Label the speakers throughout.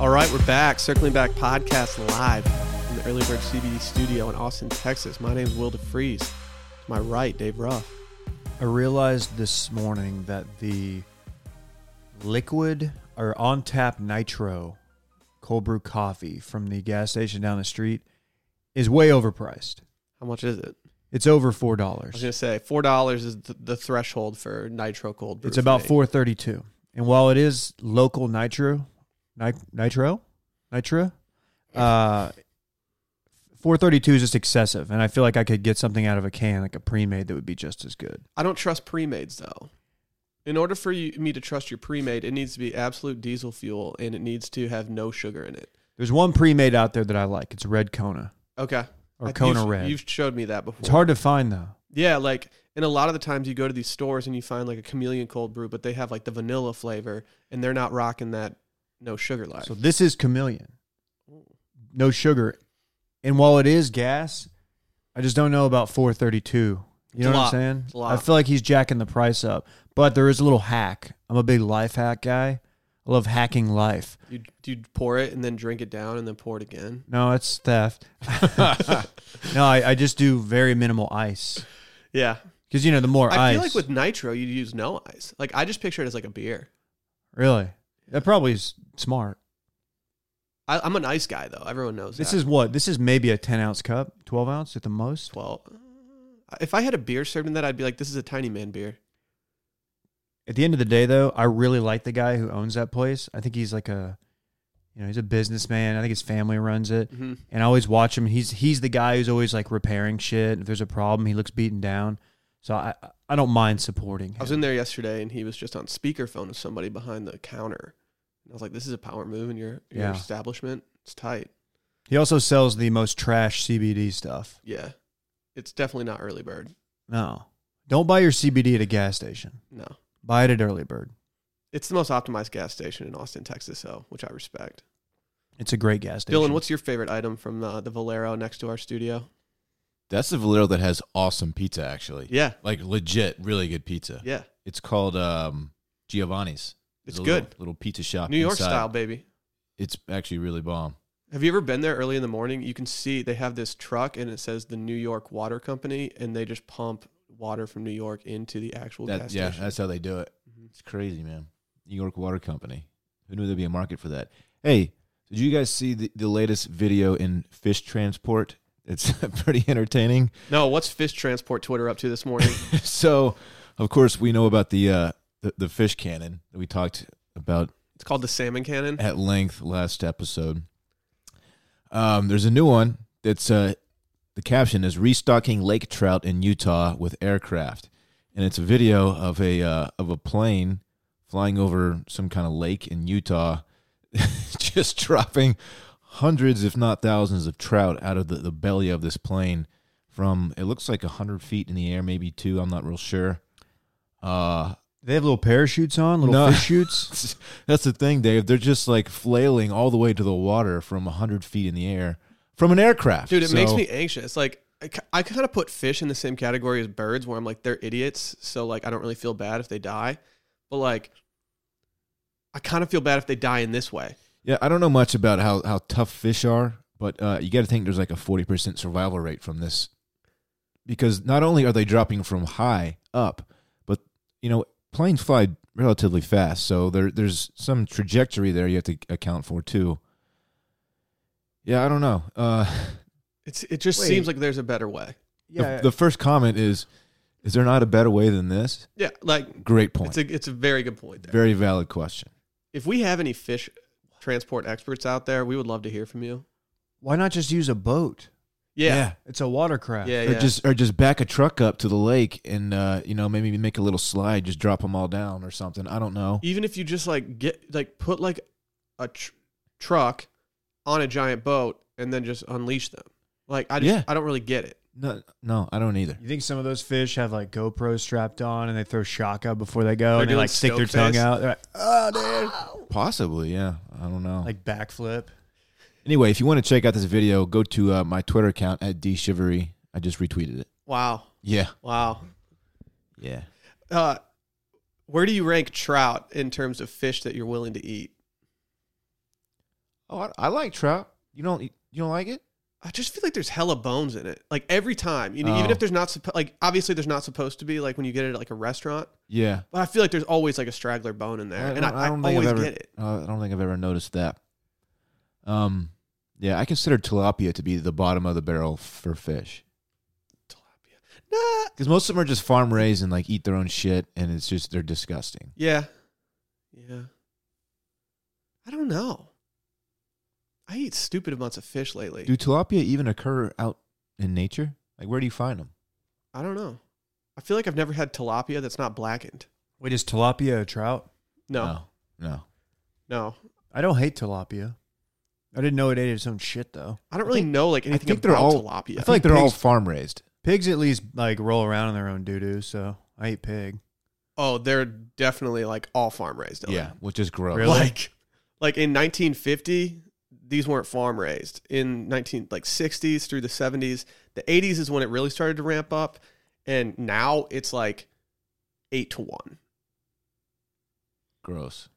Speaker 1: right, we're back. Circling Back podcast live in the Early Bird CBD studio in Austin, Texas. My name's Will DeFries. To my right, Dave Ruff.
Speaker 2: I realized this morning that the liquid or on tap nitro cold brew coffee from the gas station down the street is way overpriced.
Speaker 1: How much is it?
Speaker 2: It's over
Speaker 1: I
Speaker 2: four
Speaker 1: was
Speaker 2: dollars.
Speaker 1: going to say $4 is th- the threshold for nitro cold brew.
Speaker 2: It's
Speaker 1: for
Speaker 2: about
Speaker 1: me.
Speaker 2: four thirty two. And while it is local nitro, ni- nitro, nitro, uh, four thirty two is just excessive. And I feel like I could get something out of a can, like a pre made, that would be just as good.
Speaker 1: I don't trust pre-mades though. In order for you, me to trust your pre-made, it needs to be absolute diesel fuel and it needs to have no sugar in it.
Speaker 2: There's one pre made out there that I like. It's Red Kona
Speaker 1: Okay.
Speaker 2: or
Speaker 1: I-
Speaker 2: Kona
Speaker 1: you've,
Speaker 2: Red.
Speaker 1: You've showed me that before.
Speaker 2: It's hard to find though.
Speaker 1: Yeah, like and a lot of the times you go to these stores and you find like a chameleon cold brew, but they have like the vanilla flavor and they're not rocking that no sugar life.
Speaker 2: So this is chameleon, no sugar, and while it is gas, I just don't know about 432. You
Speaker 1: It's
Speaker 2: know
Speaker 1: a
Speaker 2: what I'm
Speaker 1: lot.
Speaker 2: saying?
Speaker 1: It's a lot.
Speaker 2: I feel like he's jacking the price up, but there is a little hack. I'm a big life hack guy. I love hacking life.
Speaker 1: you do you pour it and then drink it down and then pour it again.
Speaker 2: No, it's theft. no, I, I just do very minimal ice
Speaker 1: Yeah.
Speaker 2: because you know the more
Speaker 1: I
Speaker 2: ice,
Speaker 1: feel like with nitro you use no ice. Like I just picture it as like a beer.
Speaker 2: really that probably is smart.
Speaker 1: I, I'm an ice guy though. Everyone knows
Speaker 2: This
Speaker 1: that.
Speaker 2: is what this is maybe a 10 ounce cup, 12 ounce at the most.
Speaker 1: Well, if I had a beer served in that, I'd be like, this is a tiny man beer.
Speaker 2: At the end of the day, though, I really like the guy who owns that place. I think he's like a, you know, he's a businessman. I think his family runs it,
Speaker 1: Mhm.
Speaker 2: and I always watch him. He's he's the guy who's always like repairing shit. If there's a problem, he looks beaten down. So I I don't mind supporting. Him.
Speaker 1: I was in there yesterday and he was just on speakerphone with somebody behind the counter. And I was like, this is a power move in your, your
Speaker 2: Yeah.
Speaker 1: establishment. It's tight.
Speaker 2: he also sells the most trash CBD stuff.
Speaker 1: Yeah. It's definitely not early bird.
Speaker 2: No, don't buy your CBD at a gas station.
Speaker 1: No.
Speaker 2: Buy it at Early Bird.
Speaker 1: It's the most optimized gas station in Austin, Texas, so which I respect.
Speaker 2: It's a great gas station.
Speaker 1: Dylan, what's your favorite item from uh, the Valero next to our studio?
Speaker 3: That's the Valero that has awesome pizza, actually.
Speaker 1: Yeah.
Speaker 3: Like legit, really good pizza.
Speaker 1: Yeah.
Speaker 3: It's called um, Giovanni's.
Speaker 1: It's
Speaker 3: a
Speaker 1: good.
Speaker 3: Little, little pizza shop.
Speaker 1: New York
Speaker 3: inside.
Speaker 1: style, baby.
Speaker 3: It's actually really bomb.
Speaker 1: Have you ever been there early in the morning? You can see they have this truck and it says the New York Water Company, and they just pump water from New York into the actual
Speaker 3: That-
Speaker 1: gas
Speaker 3: yeah,
Speaker 1: station.
Speaker 3: that's how they do it.
Speaker 1: Mhm.
Speaker 3: It's crazy, man. New York Water Company. Who knew there'd be a market for that? Hey, did you guys see the, the latest video in fish transport? It's pretty entertaining.
Speaker 1: No, what's fish transport Twitter up to this morning?
Speaker 3: so, of course, we know about the uh, the, the fish cannon that we talked about
Speaker 1: it's called the salmon cannon.
Speaker 3: at length last episode. Um, there's a new one that's uh, the caption is restocking lake trout in Utah with aircraft, and it's a video of a uh, of a plane flying over some kind of lake in Utah, just dropping hundreds, if not thousands, of trout out of the, the belly of this plane from it looks like hundred feet in the air, maybe two. I'm not real sure. Uh,
Speaker 2: they have little parachutes on, little
Speaker 3: No.
Speaker 2: fish chutes.
Speaker 3: that's the thing, Dave. They're just like flailing all the way to the water from 100 feet in the air from an aircraft.
Speaker 1: Dude, it makes
Speaker 3: So-
Speaker 1: me anxious. Like, I, kind of put fish in the same category as birds, where I'm like, they're idiots. So, like, I don't really feel bad if they die. But, like, I kind of feel bad if they die in this way.
Speaker 3: Yeah, I don't know much about how, how tough fish are, but uh, you got to think there's like a 40% survival rate from this. Because not only are they dropping from high up, but, you know, planes fly relatively fast. So there, there's some trajectory there you have to account for, too. Yeah, I don't know. Uh,
Speaker 1: It's It just
Speaker 2: Wait.
Speaker 1: seems like there's a better way.
Speaker 3: the-
Speaker 2: Yeah,
Speaker 3: the, first comment is, is there not a better way than this?
Speaker 1: Yeah, like,
Speaker 3: Great point.
Speaker 1: it's a, it's a very good point there.
Speaker 3: Very valid question.
Speaker 1: if we have any fish transport experts out there, we would love to hear from you.
Speaker 2: why not just use a boat?
Speaker 1: Yeah.
Speaker 2: It's a watercraft.
Speaker 1: Yeah, yeah.
Speaker 3: Or just or just back a truck up to the lake and uh, you know maybe make a little slide, just drop them all down or something. I don't know.
Speaker 1: even if you just like get like put like a tr- truck on a giant boat and then just unleash them. Like I just
Speaker 3: Yeah.
Speaker 1: I don't really get it.
Speaker 3: No, no, I don't either.
Speaker 2: You think some of those fish have like GoPro strapped on and they throw shock up before they go
Speaker 1: They're
Speaker 2: and they
Speaker 1: doing
Speaker 2: like stick their
Speaker 1: stoke Ah.
Speaker 2: tongue
Speaker 1: face.
Speaker 2: out? They're like, oh,
Speaker 3: Possibly, yeah. I don't know.
Speaker 2: dude. Like backflip.
Speaker 3: anyway, if you want to check out this video, go to uh, my Twitter account at dshivery. I just retweeted it.
Speaker 1: Wow.
Speaker 3: Yeah,
Speaker 1: Wow.
Speaker 3: yeah.
Speaker 1: Uh where do you rank trout in terms of fish that you're willing to eat?
Speaker 3: Oh, I, I like trout. You don't you don't like it?
Speaker 1: I just feel like there's hella bones in it. Like every time, you know,
Speaker 3: Oh.
Speaker 1: even if there's not suppo- like obviously there's not supposed to be like when you get it at like a restaurant,
Speaker 3: Yeah.
Speaker 1: but I feel like there's always like a straggler bone in there, and I, I,
Speaker 3: I've
Speaker 1: always
Speaker 3: ever,
Speaker 1: get it.
Speaker 3: uh, I don't think I've ever noticed that. Um, yeah, I consider tilapia to be the bottom of the barrel for fish
Speaker 1: Tilapia. Nah.
Speaker 3: because most of them are just farm raised and like eat their own shit, and it's just they're disgusting.
Speaker 1: Yeah. Yeah. I don't know. I eat stupid amounts of fish lately.
Speaker 3: Do tilapia even occur out in nature? Like, where do you find them?
Speaker 1: I don't know. I feel like I've never had tilapia that's not blackened.
Speaker 2: Wait, is tilapia a trout?
Speaker 1: No.
Speaker 3: no, no.
Speaker 1: No.
Speaker 2: I don't hate tilapia. I didn't know it ate its own shit though.
Speaker 1: I don't really know like anything
Speaker 3: think
Speaker 1: about
Speaker 3: they're all-
Speaker 1: tilapia.
Speaker 3: I
Speaker 2: I
Speaker 3: feel
Speaker 2: feel
Speaker 3: like
Speaker 2: like
Speaker 3: they're all
Speaker 2: pigs-
Speaker 3: farm raised.
Speaker 2: Pigs at least like roll around in their own doo doo, so I eat pig.
Speaker 1: oh, they're definitely like all farm raised. Dylan.
Speaker 3: Yeah, which is gross.
Speaker 2: Really?
Speaker 1: Like like in 1950, these weren't farm raised. In 19 like 60s through the 70s, the 80s is when it really started to ramp up and now it's like 8 to 1.
Speaker 3: Gross.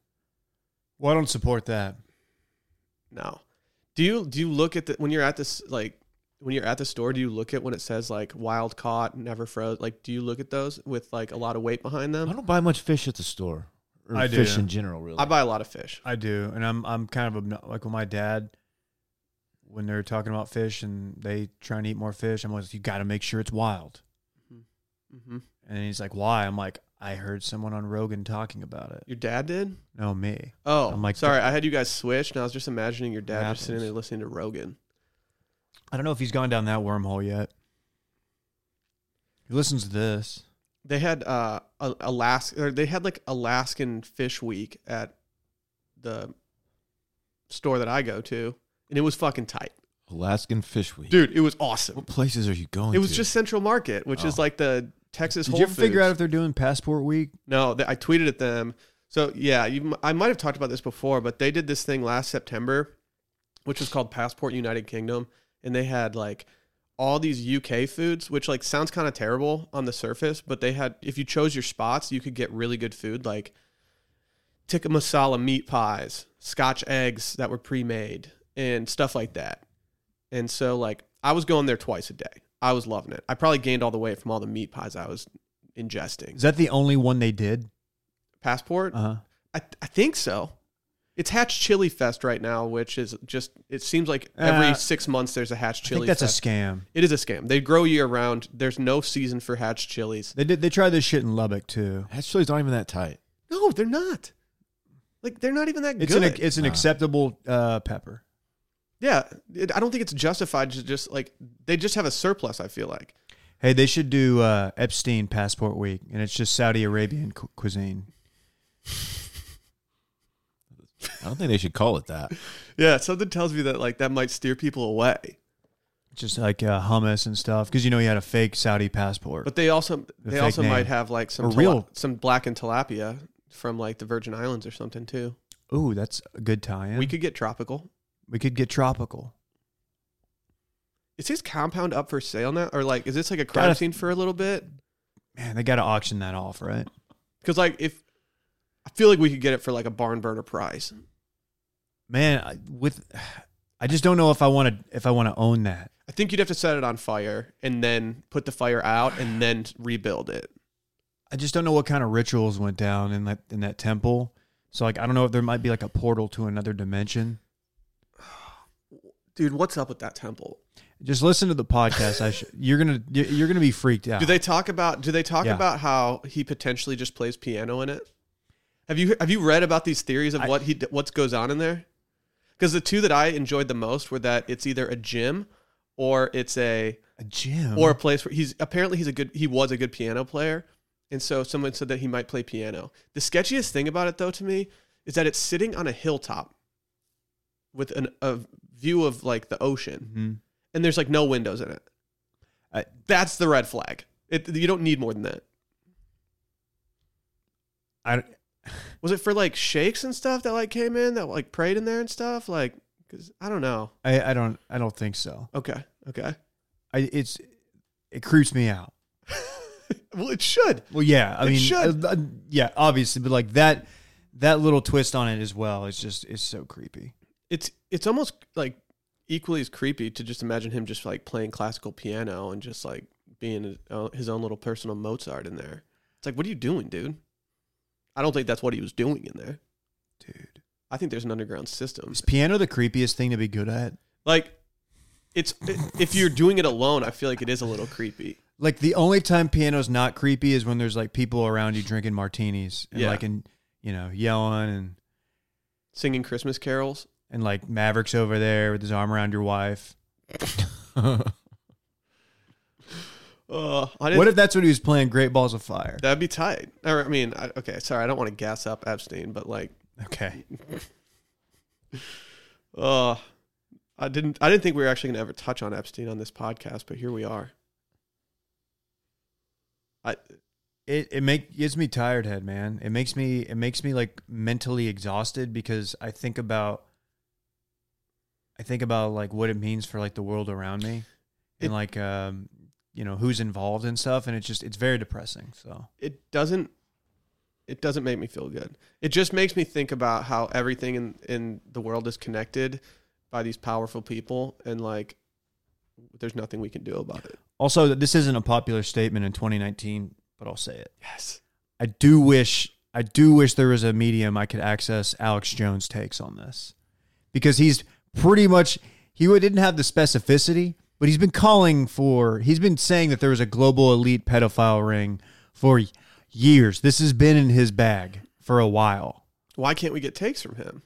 Speaker 2: Well, I don't support that.
Speaker 1: No. Do you do you look at the when you're at this like when you're at the store, do you look at when it says like wild caught, never froze? Like, do you look at those with like a lot of weight behind
Speaker 3: I
Speaker 1: them?
Speaker 3: don't buy much fish at the store. Or
Speaker 2: I do.
Speaker 3: fish in general, really.
Speaker 1: Um, I buy a lot of fish.
Speaker 2: I do, and I'm I'm kind of obno- like with my dad when they're talking about fish and they try and eat more fish. I'm always like, you got to make sure it's wild.
Speaker 1: hmm
Speaker 2: And he's like, why? I'm like, I heard someone on Rogan talking about it.
Speaker 1: Your dad did?
Speaker 2: No, me.
Speaker 1: Oh,
Speaker 2: I'm
Speaker 1: I'm like,
Speaker 2: like-
Speaker 1: sorry, I had you guys switched, and I was just imagining your dad just sitting
Speaker 2: Happens.
Speaker 1: there listening to Rogan.
Speaker 2: I don't know if he's gone down that wormhole yet. He listens to this.
Speaker 1: They had uh a- Alaska, or they had like Alaskan Fish Week at the store that I go to, and it was fucking tight,
Speaker 3: Alaskan Fish Week.
Speaker 1: dude. It was awesome.
Speaker 3: What places are you going
Speaker 1: It was
Speaker 3: to?
Speaker 1: just Central Market, which is
Speaker 3: Oh.
Speaker 1: like the Texas.
Speaker 2: Did
Speaker 1: Whole
Speaker 2: you ever figure
Speaker 1: Foods.
Speaker 2: out if they're doing Passport Week?
Speaker 1: No, th- I tweeted at them. So yeah, you, m- I might have talked about this before, but they did this thing last September, which was called Passport United Kingdom, and they had like all these UK foods, which like sounds kind of terrible on the surface, but they had if you chose your spots, you could get really good food like tikka masala meat pies, Scotch eggs that were pre-made, and stuff like that. And so like I was going there twice a day. I was loving it. I probably gained all the weight from all the meat pies I was ingesting.
Speaker 2: Is that the only one they did?
Speaker 1: Passport.
Speaker 2: Uh huh.
Speaker 1: I, I think so. It's Hatch Chili Fest right now, which is just it seems like every
Speaker 2: Uh,
Speaker 1: six months there's a Hatch
Speaker 2: I
Speaker 1: Chili.
Speaker 2: think that's
Speaker 1: Fest.
Speaker 2: a scam.
Speaker 1: it is a scam. They grow year round. There's no season for Hatch chilies.
Speaker 2: They did. They tried this shit in Lubbock too.
Speaker 3: Hatch chili's not even that tight.
Speaker 1: No, they're not. Like they're not even that
Speaker 2: It's
Speaker 1: good.
Speaker 2: an it's an
Speaker 3: Nah.
Speaker 2: acceptable uh, pepper.
Speaker 1: yeah, it, I don't think it's justified. to just like they just have a surplus. I feel like
Speaker 2: Hey, they should do uh, Epstein Passport Week, and it's just Saudi Arabian cu- cuisine.
Speaker 3: I don't think they should call it that.
Speaker 1: yeah, something tells me that like that might steer people away.
Speaker 2: Just like uh, hummus and stuff, because you know he had a fake Saudi passport.
Speaker 1: But they also they
Speaker 2: fake
Speaker 1: also
Speaker 2: name.
Speaker 1: might have like some
Speaker 2: Or
Speaker 1: tila-
Speaker 2: real.
Speaker 1: some blackened tilapia from like the Virgin Islands or something too.
Speaker 2: Ooh, that's a good tie-in.
Speaker 1: We could get tropical.
Speaker 2: we could get tropical.
Speaker 1: Is his compound up for sale now, or like is this like a crime
Speaker 2: Gotta-
Speaker 1: scene for a little bit?
Speaker 2: Man, they got to auction that off, right?
Speaker 1: Because like if I feel like we could get it for like a barn burner price.
Speaker 2: Man, I, with I just don't know if I want to if I want to own that.
Speaker 1: I think you'd have to set it on fire and then put the fire out and then rebuild it.
Speaker 2: I just don't know what kind of rituals went down in that in that temple. So like I don't know if there might be like a portal to another dimension.
Speaker 1: Dude, what's up with that temple?
Speaker 2: Just listen to the podcast. I sh- you're gonna you- you're gonna be freaked out.
Speaker 1: Do they talk about do they talk
Speaker 2: Yeah.
Speaker 1: about how he potentially just plays piano in it? Have you have you read about these theories of
Speaker 2: I-
Speaker 1: what he d- what goes on in there? Because the two that I enjoyed the most were that it's either a gym or it's a
Speaker 2: a gym
Speaker 1: or a place where he's apparently he's a good he was a good piano player and so someone said that he might play piano the sketchiest thing about it though to me is that it's sitting on a hilltop with an, a view of like the ocean
Speaker 2: Mhm.
Speaker 1: and there's like no windows in it
Speaker 2: I-
Speaker 1: that's the red flag it, you don't need more than that
Speaker 2: I,
Speaker 1: was it for like sheikhs and stuff that like came in that like prayed in there and stuff like because i don't know
Speaker 2: I I don't I don't think so.
Speaker 1: okay okay
Speaker 2: I it's it creeps me out.
Speaker 1: well it should
Speaker 2: Well, yeah, I
Speaker 1: It
Speaker 2: mean,
Speaker 1: should.
Speaker 2: uh, uh, yeah, obviously, but like that that little twist on it as well is just is so creepy.
Speaker 1: it's it's almost like equally as creepy to just imagine him just like playing classical piano and just like being his own, his own little personal Mozart in there. It's like, what are you doing, dude? I don't think that's what he was doing in there.
Speaker 2: dude.
Speaker 1: I think there's an underground system.
Speaker 2: Is piano the creepiest thing to be good at?
Speaker 1: Like, it's if you're doing it alone, I feel like it is a little creepy.
Speaker 2: Like the only time piano's not creepy is when there's like people around you drinking martinis and
Speaker 1: Yeah.
Speaker 2: like and you know yelling and
Speaker 1: Singing Christmas carols.
Speaker 2: and like Mavericks over there with his arm around your wife.
Speaker 1: Uh, I didn't,
Speaker 2: What if that's what he was playing? Great Balls of Fire.
Speaker 1: that'd be tight. Or, I mean, I, okay, sorry, I don't want to gas up Epstein, but like,
Speaker 2: Okay,
Speaker 1: uh, I didn't, I didn't think we were actually going to ever touch on Epstein on this podcast, but here we are. I,
Speaker 2: it it make gives me tired head, man. It makes me it makes me like mentally exhausted because I think about I think about like what it means for like the world around me and
Speaker 1: It-
Speaker 2: like um you know who's involved and stuff, and it's just it's very depressing. So
Speaker 1: it doesn't it doesn't make me feel good. It just makes me think about how everything in in the world is connected by these powerful people and like there's nothing we can do about it.
Speaker 2: also this isn't a popular statement in 2019, but I'll say it.
Speaker 1: Yes.
Speaker 2: I do wish I do wish there was a medium I could access Alex Jones takes on this because he's pretty much he didn't have the specificity, but he's been calling for he's been saying that there was a global elite pedophile ring for years. This has been in his bag for a while.
Speaker 1: Why can't we get takes from him?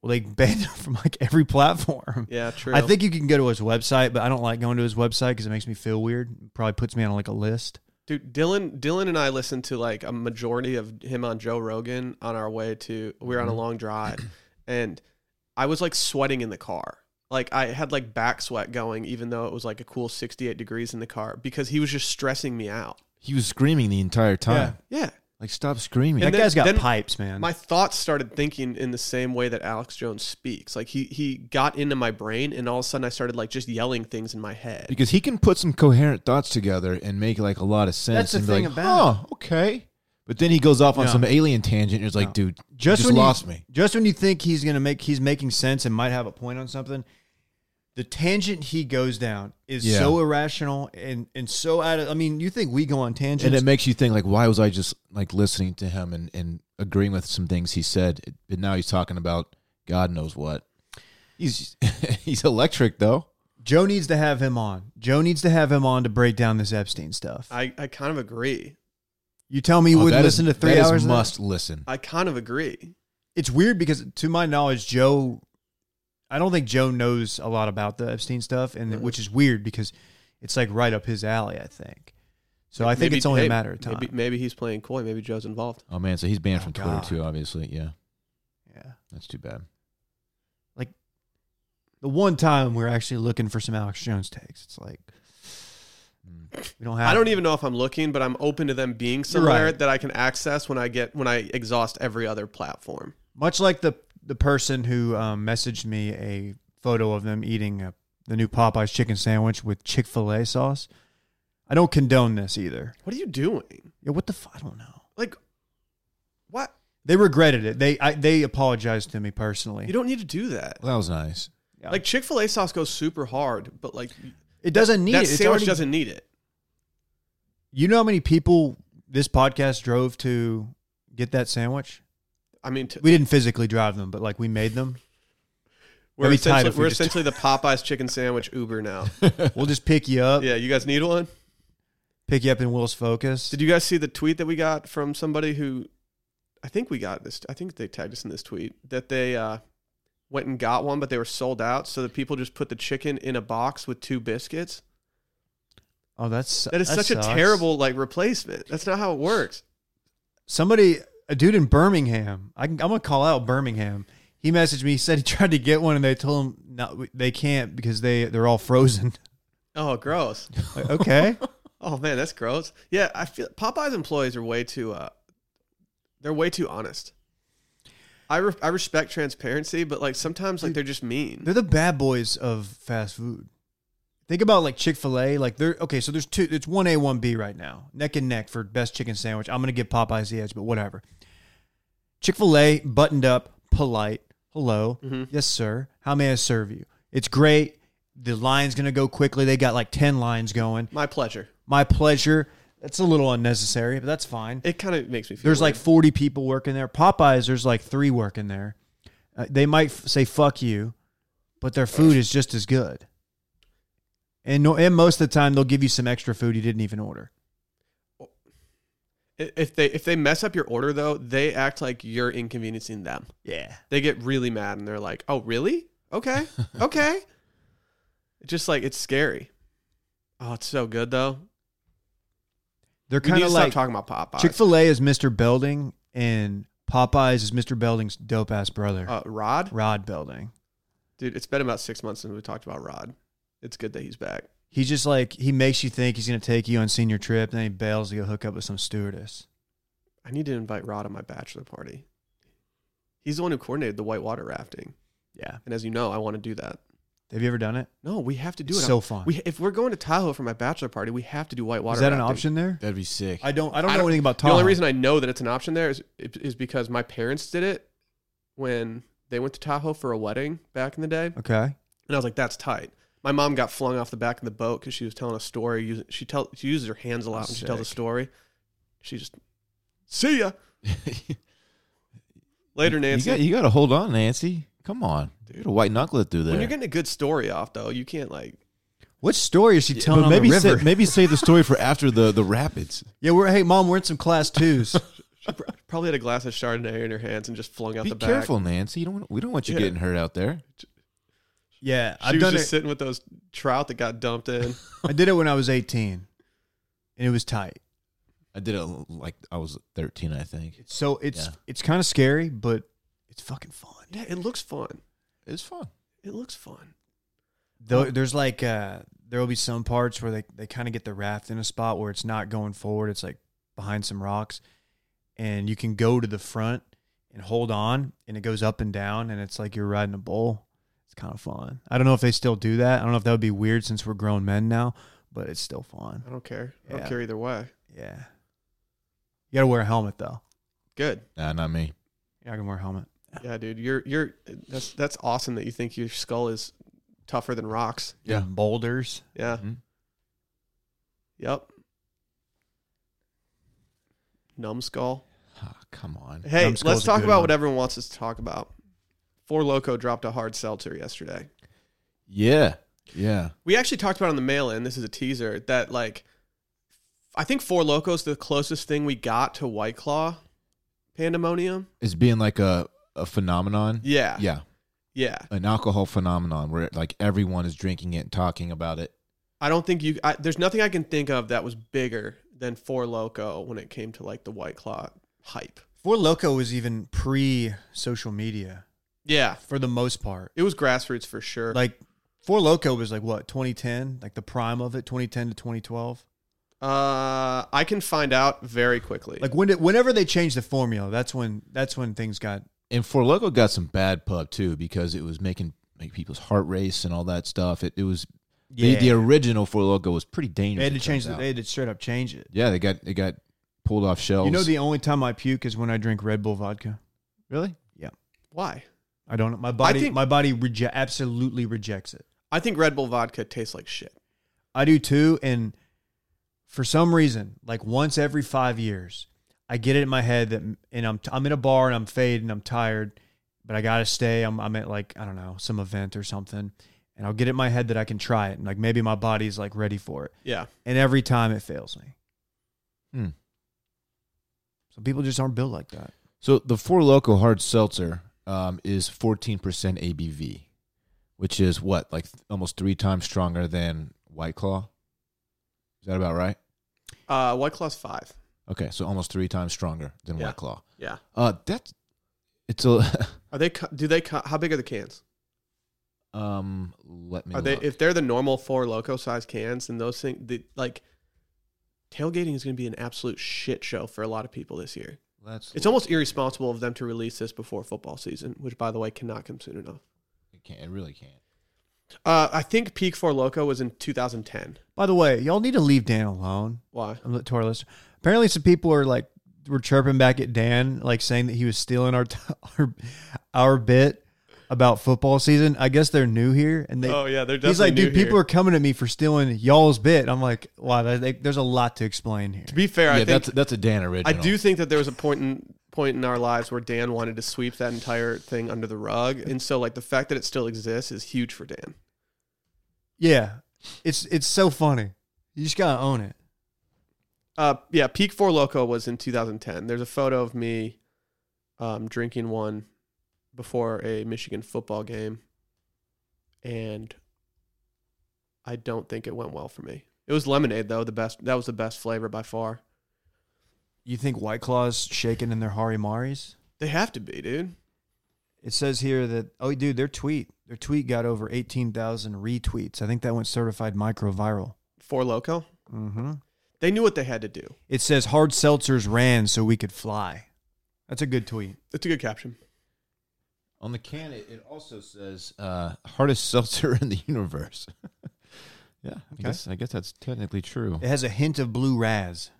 Speaker 2: Well, they banned him from like every platform.
Speaker 1: Yeah, true.
Speaker 2: I think you can go to his website, but I don't like going to his website because it makes me feel weird. It probably puts me on like a list.
Speaker 1: dude Dylan Dylan and I listened to like a majority of him on Joe Rogan on our way to we were on a
Speaker 2: Mm-hmm.
Speaker 1: long drive and I was like sweating in the car. Like I had like back sweat going even though it was like a cool 68 degrees in the car because he was just stressing me out.
Speaker 3: he was screaming the entire time.
Speaker 1: Yeah.
Speaker 3: Like, stop screaming.
Speaker 2: That
Speaker 1: And then-
Speaker 2: guy's got
Speaker 1: then
Speaker 2: pipes, man.
Speaker 1: my thoughts started thinking in the same way that Alex Jones speaks. Like he he got into my brain, and all of a sudden I started like just yelling things in my head.
Speaker 3: because he can put some coherent thoughts together and make like a lot of sense.
Speaker 2: That's the
Speaker 3: and
Speaker 2: thing
Speaker 3: be like,
Speaker 2: about
Speaker 3: oh, okay. But then he goes off on
Speaker 2: No.
Speaker 3: some alien tangent. And it's like,
Speaker 2: No.
Speaker 3: dude,
Speaker 2: just,
Speaker 3: just, just
Speaker 2: when
Speaker 3: lost
Speaker 2: you,
Speaker 3: me.
Speaker 2: Just when you think he's gonna make he's making sense and might have a point on something, the tangent he goes down is
Speaker 3: Yeah.
Speaker 2: so irrational and and so out of. I mean, you think we go on tangents?
Speaker 3: And it makes you think like, why was I just like listening to him and, and agreeing with some things he said? But now he's talking about God knows what. He's he's electric though.
Speaker 2: Joe needs to have him on. Joe needs to have him on to break down this Epstein stuff.
Speaker 1: I I kind of agree.
Speaker 2: you tell me you
Speaker 3: Oh,
Speaker 2: wouldn't
Speaker 3: that is-
Speaker 2: listen to three
Speaker 3: that is
Speaker 2: hours. of that?
Speaker 3: must listen.
Speaker 1: I kind of agree.
Speaker 2: It's weird because, to my knowledge, Joe. I don't think Joe knows a lot about the Epstein stuff, and
Speaker 1: Mhm.
Speaker 2: which is weird because it's like right up his alley. I think. So I think
Speaker 1: Maybe-
Speaker 2: it's only
Speaker 1: hey,
Speaker 2: a matter of time.
Speaker 1: Maybe, maybe he's playing coy. Maybe Joe's involved.
Speaker 3: Oh man, so he's banned
Speaker 2: Oh,
Speaker 3: from Twitter
Speaker 2: God.
Speaker 3: too. Obviously, yeah,
Speaker 2: yeah.
Speaker 3: that's too bad.
Speaker 2: the one time we're actually looking for some Alex Jones takes. It's like
Speaker 3: Mm.
Speaker 2: we don't have.
Speaker 1: I don't e-,
Speaker 2: it.
Speaker 1: even know if I'm looking, but I'm open to them being somewhere
Speaker 2: Right.
Speaker 1: that I can access when I get when I exhaust every other platform.
Speaker 2: much like the the person who um, messaged me a photo of them eating a, the new Popeyes chicken sandwich with Chick fil A sauce. I don't condone this either.
Speaker 1: What are you doing?
Speaker 2: Yeah, what the f- I don't know.
Speaker 1: Like, what?
Speaker 2: They regretted it. They I, they apologized to me personally.
Speaker 1: You don't need to do that.
Speaker 3: Well, that was nice.
Speaker 2: Yeah.
Speaker 1: Like Chick Fil A sauce goes super hard, but like
Speaker 2: it doesn't need
Speaker 1: that
Speaker 2: it. It's
Speaker 1: sandwich
Speaker 2: already-
Speaker 1: doesn't need it.
Speaker 2: You know how many people this podcast drove to get that sandwich?
Speaker 1: I mean, t-
Speaker 2: We didn't physically drive them, but like we made them.
Speaker 1: We're
Speaker 2: That'd be tight
Speaker 1: essentially,
Speaker 2: if we
Speaker 1: we're
Speaker 2: just-
Speaker 1: essentially the Popeyes chicken sandwich Uber now.
Speaker 2: We'll just pick you up,
Speaker 1: yeah, you guys need one?
Speaker 2: pick you up in Will's Focus.
Speaker 1: Did you guys see the tweet that we got from somebody who I think we got this I think they tagged us in this tweet that they uh, went and got one but they were sold out so the people just put the chicken in a box with two biscuits.
Speaker 2: Oh, that's
Speaker 1: That is such
Speaker 2: sucks.
Speaker 1: a terrible like replacement. That's not how it works.
Speaker 2: Somebody, a dude in Birmingham. I can, I'm gonna call out Birmingham. He messaged me. He said he tried to get one, and they told him no, we- they can't because they they're all frozen.
Speaker 1: Oh, gross.
Speaker 2: Like, okay,
Speaker 1: Oh man, that's gross. Yeah, I feel Popeyes employees are way too uh they're way too honest. I, re- I respect transparency, but like sometimes like they're just mean.
Speaker 2: they're the bad boys of fast food. Think about like Chick Fil A. Like they're okay. So there's two. It's one A, one B right now, neck and neck for best chicken sandwich. I'm gonna give Popeyes the edge, but whatever. Chick Fil A, buttoned up, polite, Hello.
Speaker 1: Mhm.
Speaker 2: Yes, sir. How may I serve you? It's great. The line's going to go quickly. They got like 10 lines going.
Speaker 1: My pleasure.
Speaker 2: My pleasure. That's a little unnecessary, but that's fine.
Speaker 1: It kind of makes me feel.
Speaker 2: There's
Speaker 1: weird.
Speaker 2: like 40 people working there. Popeyes, there's like three working there. Uh, they might f- say fuck you, but their food is just as good. And, no, and most of the time, they'll give you some extra food you didn't even order.
Speaker 1: I- if they if they mess up your order though, they act like you're inconveniencing them.
Speaker 2: Yeah.
Speaker 1: They get really mad and they're like, "Oh, really? Okay, okay." It's just like it's scary. Oh, it's so good though.
Speaker 2: They're
Speaker 1: We need
Speaker 2: kind
Speaker 1: to
Speaker 2: of like
Speaker 1: stop talking about Popeyes.
Speaker 2: Chick Fil A is Mr. Belding, and Popeyes is Mr. Belding's dope ass brother,
Speaker 1: uh, Rod,
Speaker 2: Rod Belding.
Speaker 1: dude, it's been about six months since we talked about Rod. It's good that he's back.
Speaker 2: He just like he makes you think he's gonna take you on senior trip, and then he bails to go hook up with some stewardess.
Speaker 1: I need to invite Rod on my bachelor party. He's the one who coordinated the whitewater rafting,
Speaker 2: Yeah.
Speaker 1: and as you know, I want to do that.
Speaker 2: Have you ever done it?
Speaker 1: No, we have to do
Speaker 2: It's
Speaker 1: it.
Speaker 2: so fun.
Speaker 1: we, if we're going to Tahoe for my bachelor party, we have to do whitewater.
Speaker 2: Is that an
Speaker 1: rafting.
Speaker 2: option there?
Speaker 3: That'd be sick.
Speaker 2: I don't. I don't
Speaker 1: I
Speaker 2: know
Speaker 1: don't-
Speaker 2: anything about
Speaker 1: The
Speaker 2: Tahoe.
Speaker 1: only reason I know that it's an option there is is because my parents did it when they went to Tahoe for a wedding back in the day, and
Speaker 2: okay.
Speaker 1: I was like, "That's tight." My mom got flung off the back of the boat because she was telling a story. Using she tell she uses her hands a lot when she tells a
Speaker 3: Sick.
Speaker 1: story. She just see ya later, Nancy.
Speaker 3: You got, you got to hold on, Nancy. Come on, dude. A white knuckle it through there.
Speaker 1: when you're getting a good story off, though, you can't like
Speaker 2: What story is she
Speaker 3: Yeah,
Speaker 2: telling
Speaker 3: but
Speaker 2: on
Speaker 3: maybe
Speaker 2: the river?
Speaker 3: Say, maybe save the story for after the the rapids.
Speaker 2: yeah, we're hey mom, we're in some class twos.
Speaker 1: she pr- probably had a glass of Chardonnay in her hands and just flung out
Speaker 3: Be
Speaker 1: the back.
Speaker 3: careful, Nancy. You don't want, we don't want you
Speaker 1: Yeah.
Speaker 3: getting hurt out there.
Speaker 2: yeah,
Speaker 1: She
Speaker 2: I've
Speaker 1: was
Speaker 2: done
Speaker 1: just
Speaker 2: it.
Speaker 1: sitting with those trout that got dumped in.
Speaker 2: I did it when I was eighteen, and it was tight.
Speaker 3: I did it like I was 13, I think.
Speaker 2: So it's
Speaker 3: Yeah.
Speaker 2: it's kind of scary, but it's fucking fun.
Speaker 1: yeah, it looks fun.
Speaker 3: It was fun.
Speaker 1: It looks fun.
Speaker 2: Though there's like uh there will be some parts where they, they kind of get the raft in a spot where it's not going forward, it's like behind some rocks, and you can go to the front and hold on, and it goes up and down, and it's like you're riding a bull. It's kind of fun. I don't know if they still do that. I don't know if that would be weird since we're grown men now, but it's still fun.
Speaker 1: I don't care. I don't
Speaker 2: Yeah.
Speaker 1: care either way.
Speaker 2: Yeah, you gotta wear a helmet though.
Speaker 1: Good.
Speaker 3: Nah, not me.
Speaker 2: You're not gonna wear a helmet.
Speaker 1: Yeah, dude, you're you're that's that's awesome that you think your skull is tougher than rocks.
Speaker 3: Yeah.
Speaker 2: And boulders.
Speaker 1: Yeah.
Speaker 3: Mhm.
Speaker 1: Yep. Numbskull.
Speaker 3: Ah, come on.
Speaker 1: Hey,
Speaker 2: Numbskull's
Speaker 1: let's
Speaker 2: a
Speaker 1: talk
Speaker 2: good
Speaker 1: about
Speaker 2: one.
Speaker 1: what everyone wants us to talk about. Four Loco dropped a hard seltzer yesterday.
Speaker 3: Yeah. Yeah.
Speaker 1: We actually talked about it on the mail in. This is a teaser that like I think Four Locos the closest thing we got to White Claw pandemonium.
Speaker 3: It's being like a, a phenomenon.
Speaker 1: Yeah. Yeah.
Speaker 3: Yeah. An alcohol phenomenon where like everyone is drinking it and talking about it.
Speaker 1: I don't think you. I, there's nothing I can think of that was bigger than Four Loco when it came to like the White Claw hype.
Speaker 2: Four Loco was even pre social media
Speaker 1: Yeah,
Speaker 2: for the most part.
Speaker 1: it was grassroots for sure.
Speaker 2: like Four Loco was like what 2010, like the prime of it, 2010 to 2012.
Speaker 1: uh, I can find out very quickly.
Speaker 2: Like when did, whenever they changed the formula, that's when that's when things got
Speaker 3: And For Loco got some bad pub too because it was making make people's heart race and all that stuff. It, it was the, the original For Loco was pretty dangerous.
Speaker 2: they had to
Speaker 3: it
Speaker 2: change the,
Speaker 3: turns out.
Speaker 2: they had to straight up change it.
Speaker 3: Yeah, they got they got pulled off shelves.
Speaker 2: You know the only time I puke is when I drink Red Bull vodka.
Speaker 3: really?
Speaker 1: Why?
Speaker 2: I don't my body
Speaker 1: think-
Speaker 2: my body reje- absolutely rejects it.
Speaker 1: I think Red Bull vodka tastes like shit.
Speaker 2: I do too. And for some reason, like once every five years, I get it in my head that, and I'm I'm in a bar and I'm faded and I'm tired, but I gotta stay. I'm I'm at like I don't know some event or something, and I'll get it in my head that I can try it and like maybe my body's like ready for it.
Speaker 1: Yeah,
Speaker 2: And every time it fails me.
Speaker 3: Hmm.
Speaker 2: Some people just aren't built like that.
Speaker 3: So the Four Loco Hard Seltzer um, is 14% ABV, which is what like th- almost three times stronger than White Claw. Is that about right?
Speaker 1: uh, White Claw's five.
Speaker 3: Okay, so almost three times stronger than
Speaker 1: Yeah.
Speaker 3: White Claw.
Speaker 1: Yeah,
Speaker 3: Uh, that's it's a
Speaker 1: are they? cu- Do they? cu- How big are the cans?
Speaker 3: um. Let me.
Speaker 1: Are they?
Speaker 3: look.
Speaker 1: If they're the normal Four Loco size cans, then those things, the, like tailgating is going to be an absolute shit show for a lot of people this year.
Speaker 3: Let's
Speaker 1: It's
Speaker 3: look.
Speaker 1: almost irresponsible of them to release this before football season, which, by the way, cannot come soon enough.
Speaker 3: It, can't, it really can't.
Speaker 1: Uh, I think peak for Loco was in 2010.
Speaker 2: By the way, y'all need to leave Dan alone.
Speaker 1: Why?
Speaker 2: I'm to our list. Apparently, some people are like were chirping back at Dan, like saying that he was stealing our our our bit about football season. I guess they're new here, and they.
Speaker 1: oh yeah, they're definitely
Speaker 2: he's like,
Speaker 1: new
Speaker 2: dude, people
Speaker 1: here.
Speaker 2: are coming at me for stealing y'all's bit. I'm like, wow, that, they, there's a lot to explain here.
Speaker 1: To be fair, I
Speaker 3: yeah,
Speaker 1: think
Speaker 3: that's that's a Dan
Speaker 1: I
Speaker 3: original.
Speaker 1: do think that there was a point in point in our lives where Dan wanted to sweep that entire thing under the rug, and so like the fact that it still exists is huge for Dan.
Speaker 2: Yeah, it's it's so funny. You just gotta own it.
Speaker 1: Uh, yeah, Peak Four Loco was in 2010. There's a photo of me um, drinking one before a Michigan football game, and I don't think it went well for me. It was lemonade though, the best. That was the best flavor by far.
Speaker 2: You think White Claw's shaking in their harimaris?
Speaker 1: They have to be, dude.
Speaker 2: It says here that oh, dude, their tweet, their tweet got over eighteen thousand retweets. I think that went certified microviral.
Speaker 1: Four Loco.
Speaker 2: Mm-hmm.
Speaker 1: They knew what they had to do.
Speaker 2: It says hard seltzers ran so we could fly. That's a good tweet.
Speaker 1: It's a good caption.
Speaker 3: On the can, it, it also says uh, hardest seltzer in the universe. yeah, I guess I guess that's technically true.
Speaker 2: It has a hint of blue raz.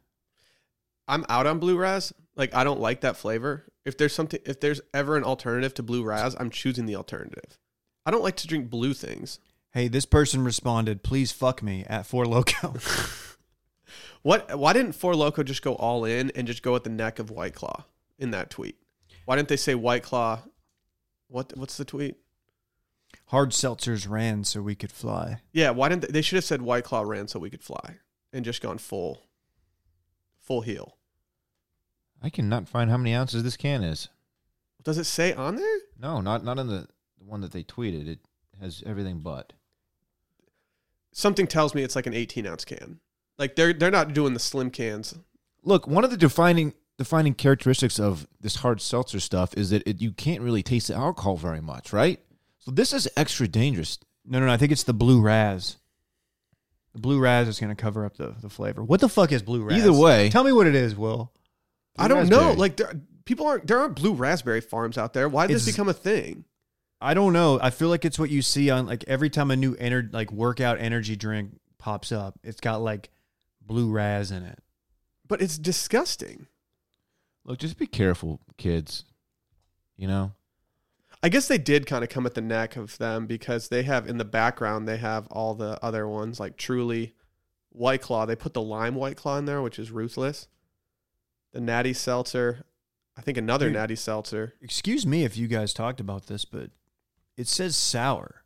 Speaker 1: I'm out on blue raz. Like I don't like that flavor. If there's something, if there's ever an alternative to blue raz, I'm choosing the alternative. I don't like to drink blue things.
Speaker 2: Hey, this person responded, please fuck me at Four Loco.
Speaker 1: What? Why didn't Four Loco just go all in and just go at the neck of White Claw in that tweet? Why didn't they say White Claw? What? What's the tweet?
Speaker 2: hard seltzers ran so we could fly.
Speaker 1: Yeah. Why didn't they, they should have said White Claw ran so we could fly and just gone full, full heel.
Speaker 3: I cannot find how many ounces this can is.
Speaker 1: Does it say on there?
Speaker 3: No, not not in the, the one that they tweeted. It has everything but.
Speaker 1: Something tells me it's like an 18 ounce can. Like they're they're not doing the slim cans.
Speaker 3: Look, one of the defining defining characteristics of this hard seltzer stuff is that it, you can't really taste the alcohol very much, right? So this is extra dangerous.
Speaker 2: No, no, no. I think it's the blue raz. The blue raz is going to cover up the, the flavor. What the fuck is blue raz?
Speaker 3: Either way-
Speaker 2: Tell me what it is, Will.
Speaker 1: I don't know.
Speaker 3: Raspberry.
Speaker 1: Like there, people aren't there aren't blue raspberry farms out there. Why did this
Speaker 2: It's-
Speaker 1: become a thing?
Speaker 2: I don't know. I feel like it's what you see on like every time a new ener- like workout energy drink pops up. It's got like blue raz in it.
Speaker 1: But it's disgusting.
Speaker 3: Look, just be careful, kids. You know,
Speaker 1: I guess they did kind of come at the neck of them because they have in the background they have all the other ones like Truly, White Claw. They put the lime White Claw in there, which is ruthless. The Natty Seltzer, I think another
Speaker 2: Dude.
Speaker 1: Natty Seltzer.
Speaker 2: Excuse me if you guys talked about this, but it says sour.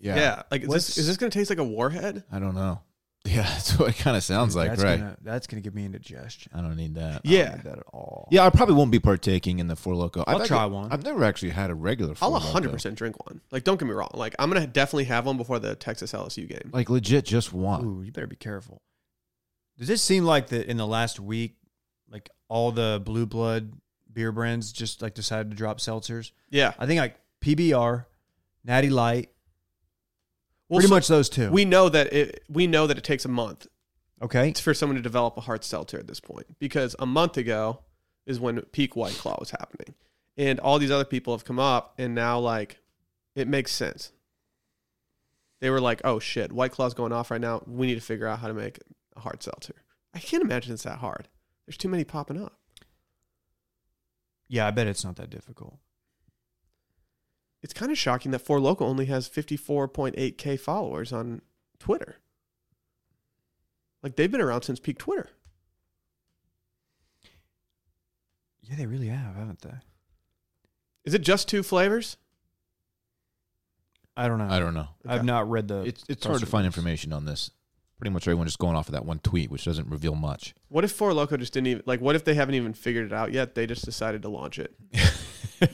Speaker 1: Yeah, like is
Speaker 2: What's-
Speaker 1: this is this gonna taste like a warhead?
Speaker 3: I don't know. Yeah, that's what it kind of sounds like,
Speaker 2: that's
Speaker 3: right?
Speaker 2: Gonna, that's gonna give me indigestion.
Speaker 3: I don't need that.
Speaker 2: I don't
Speaker 1: Yeah,
Speaker 2: need that at all.
Speaker 3: Yeah, I probably won't be partaking in the four loco.
Speaker 2: I'll
Speaker 3: I've
Speaker 2: try
Speaker 3: actually-
Speaker 2: one.
Speaker 3: I've never actually had a regular. Four
Speaker 1: I'll
Speaker 3: Loko.
Speaker 1: hundred percent drink one. Like don't get me wrong. Like I'm gonna definitely have one before the Texas LSU game.
Speaker 3: Like legit, just one.
Speaker 2: Ooh, you better be careful. Does this seem like that in the last week, like all the blue blood beer brands just like decided to drop seltzers?
Speaker 1: yeah,
Speaker 2: I think like PBR, Natty Light,
Speaker 1: well,
Speaker 2: pretty
Speaker 1: so
Speaker 2: much those two.
Speaker 1: we know that it we know that it takes a month
Speaker 2: okay.
Speaker 1: It's for someone to develop a hard seltzer at this point because a month ago is when peak white claw was happening and all these other people have come up and now like it makes sense they were like oh shit white claw's going off right now we need to figure out how to make a hard seltzer i can't imagine it's that hard there's too many popping up
Speaker 2: Yeah, I bet it's not that difficult.
Speaker 1: it's kind of shocking that four local only has 54.8k followers on twitter like they've been around since peak twitter
Speaker 2: Yeah, they really have, haven't they?
Speaker 1: is it just two flavors
Speaker 2: I don't know.
Speaker 3: I don't know.
Speaker 2: I've not read the.
Speaker 3: It's it's
Speaker 2: press
Speaker 3: hard to find
Speaker 2: release.
Speaker 3: information on this. Pretty much everyone just going off of that one tweet, which doesn't reveal much.
Speaker 1: What if Four Loco just didn't even like? What if they haven't even figured it out yet? They just decided to launch it.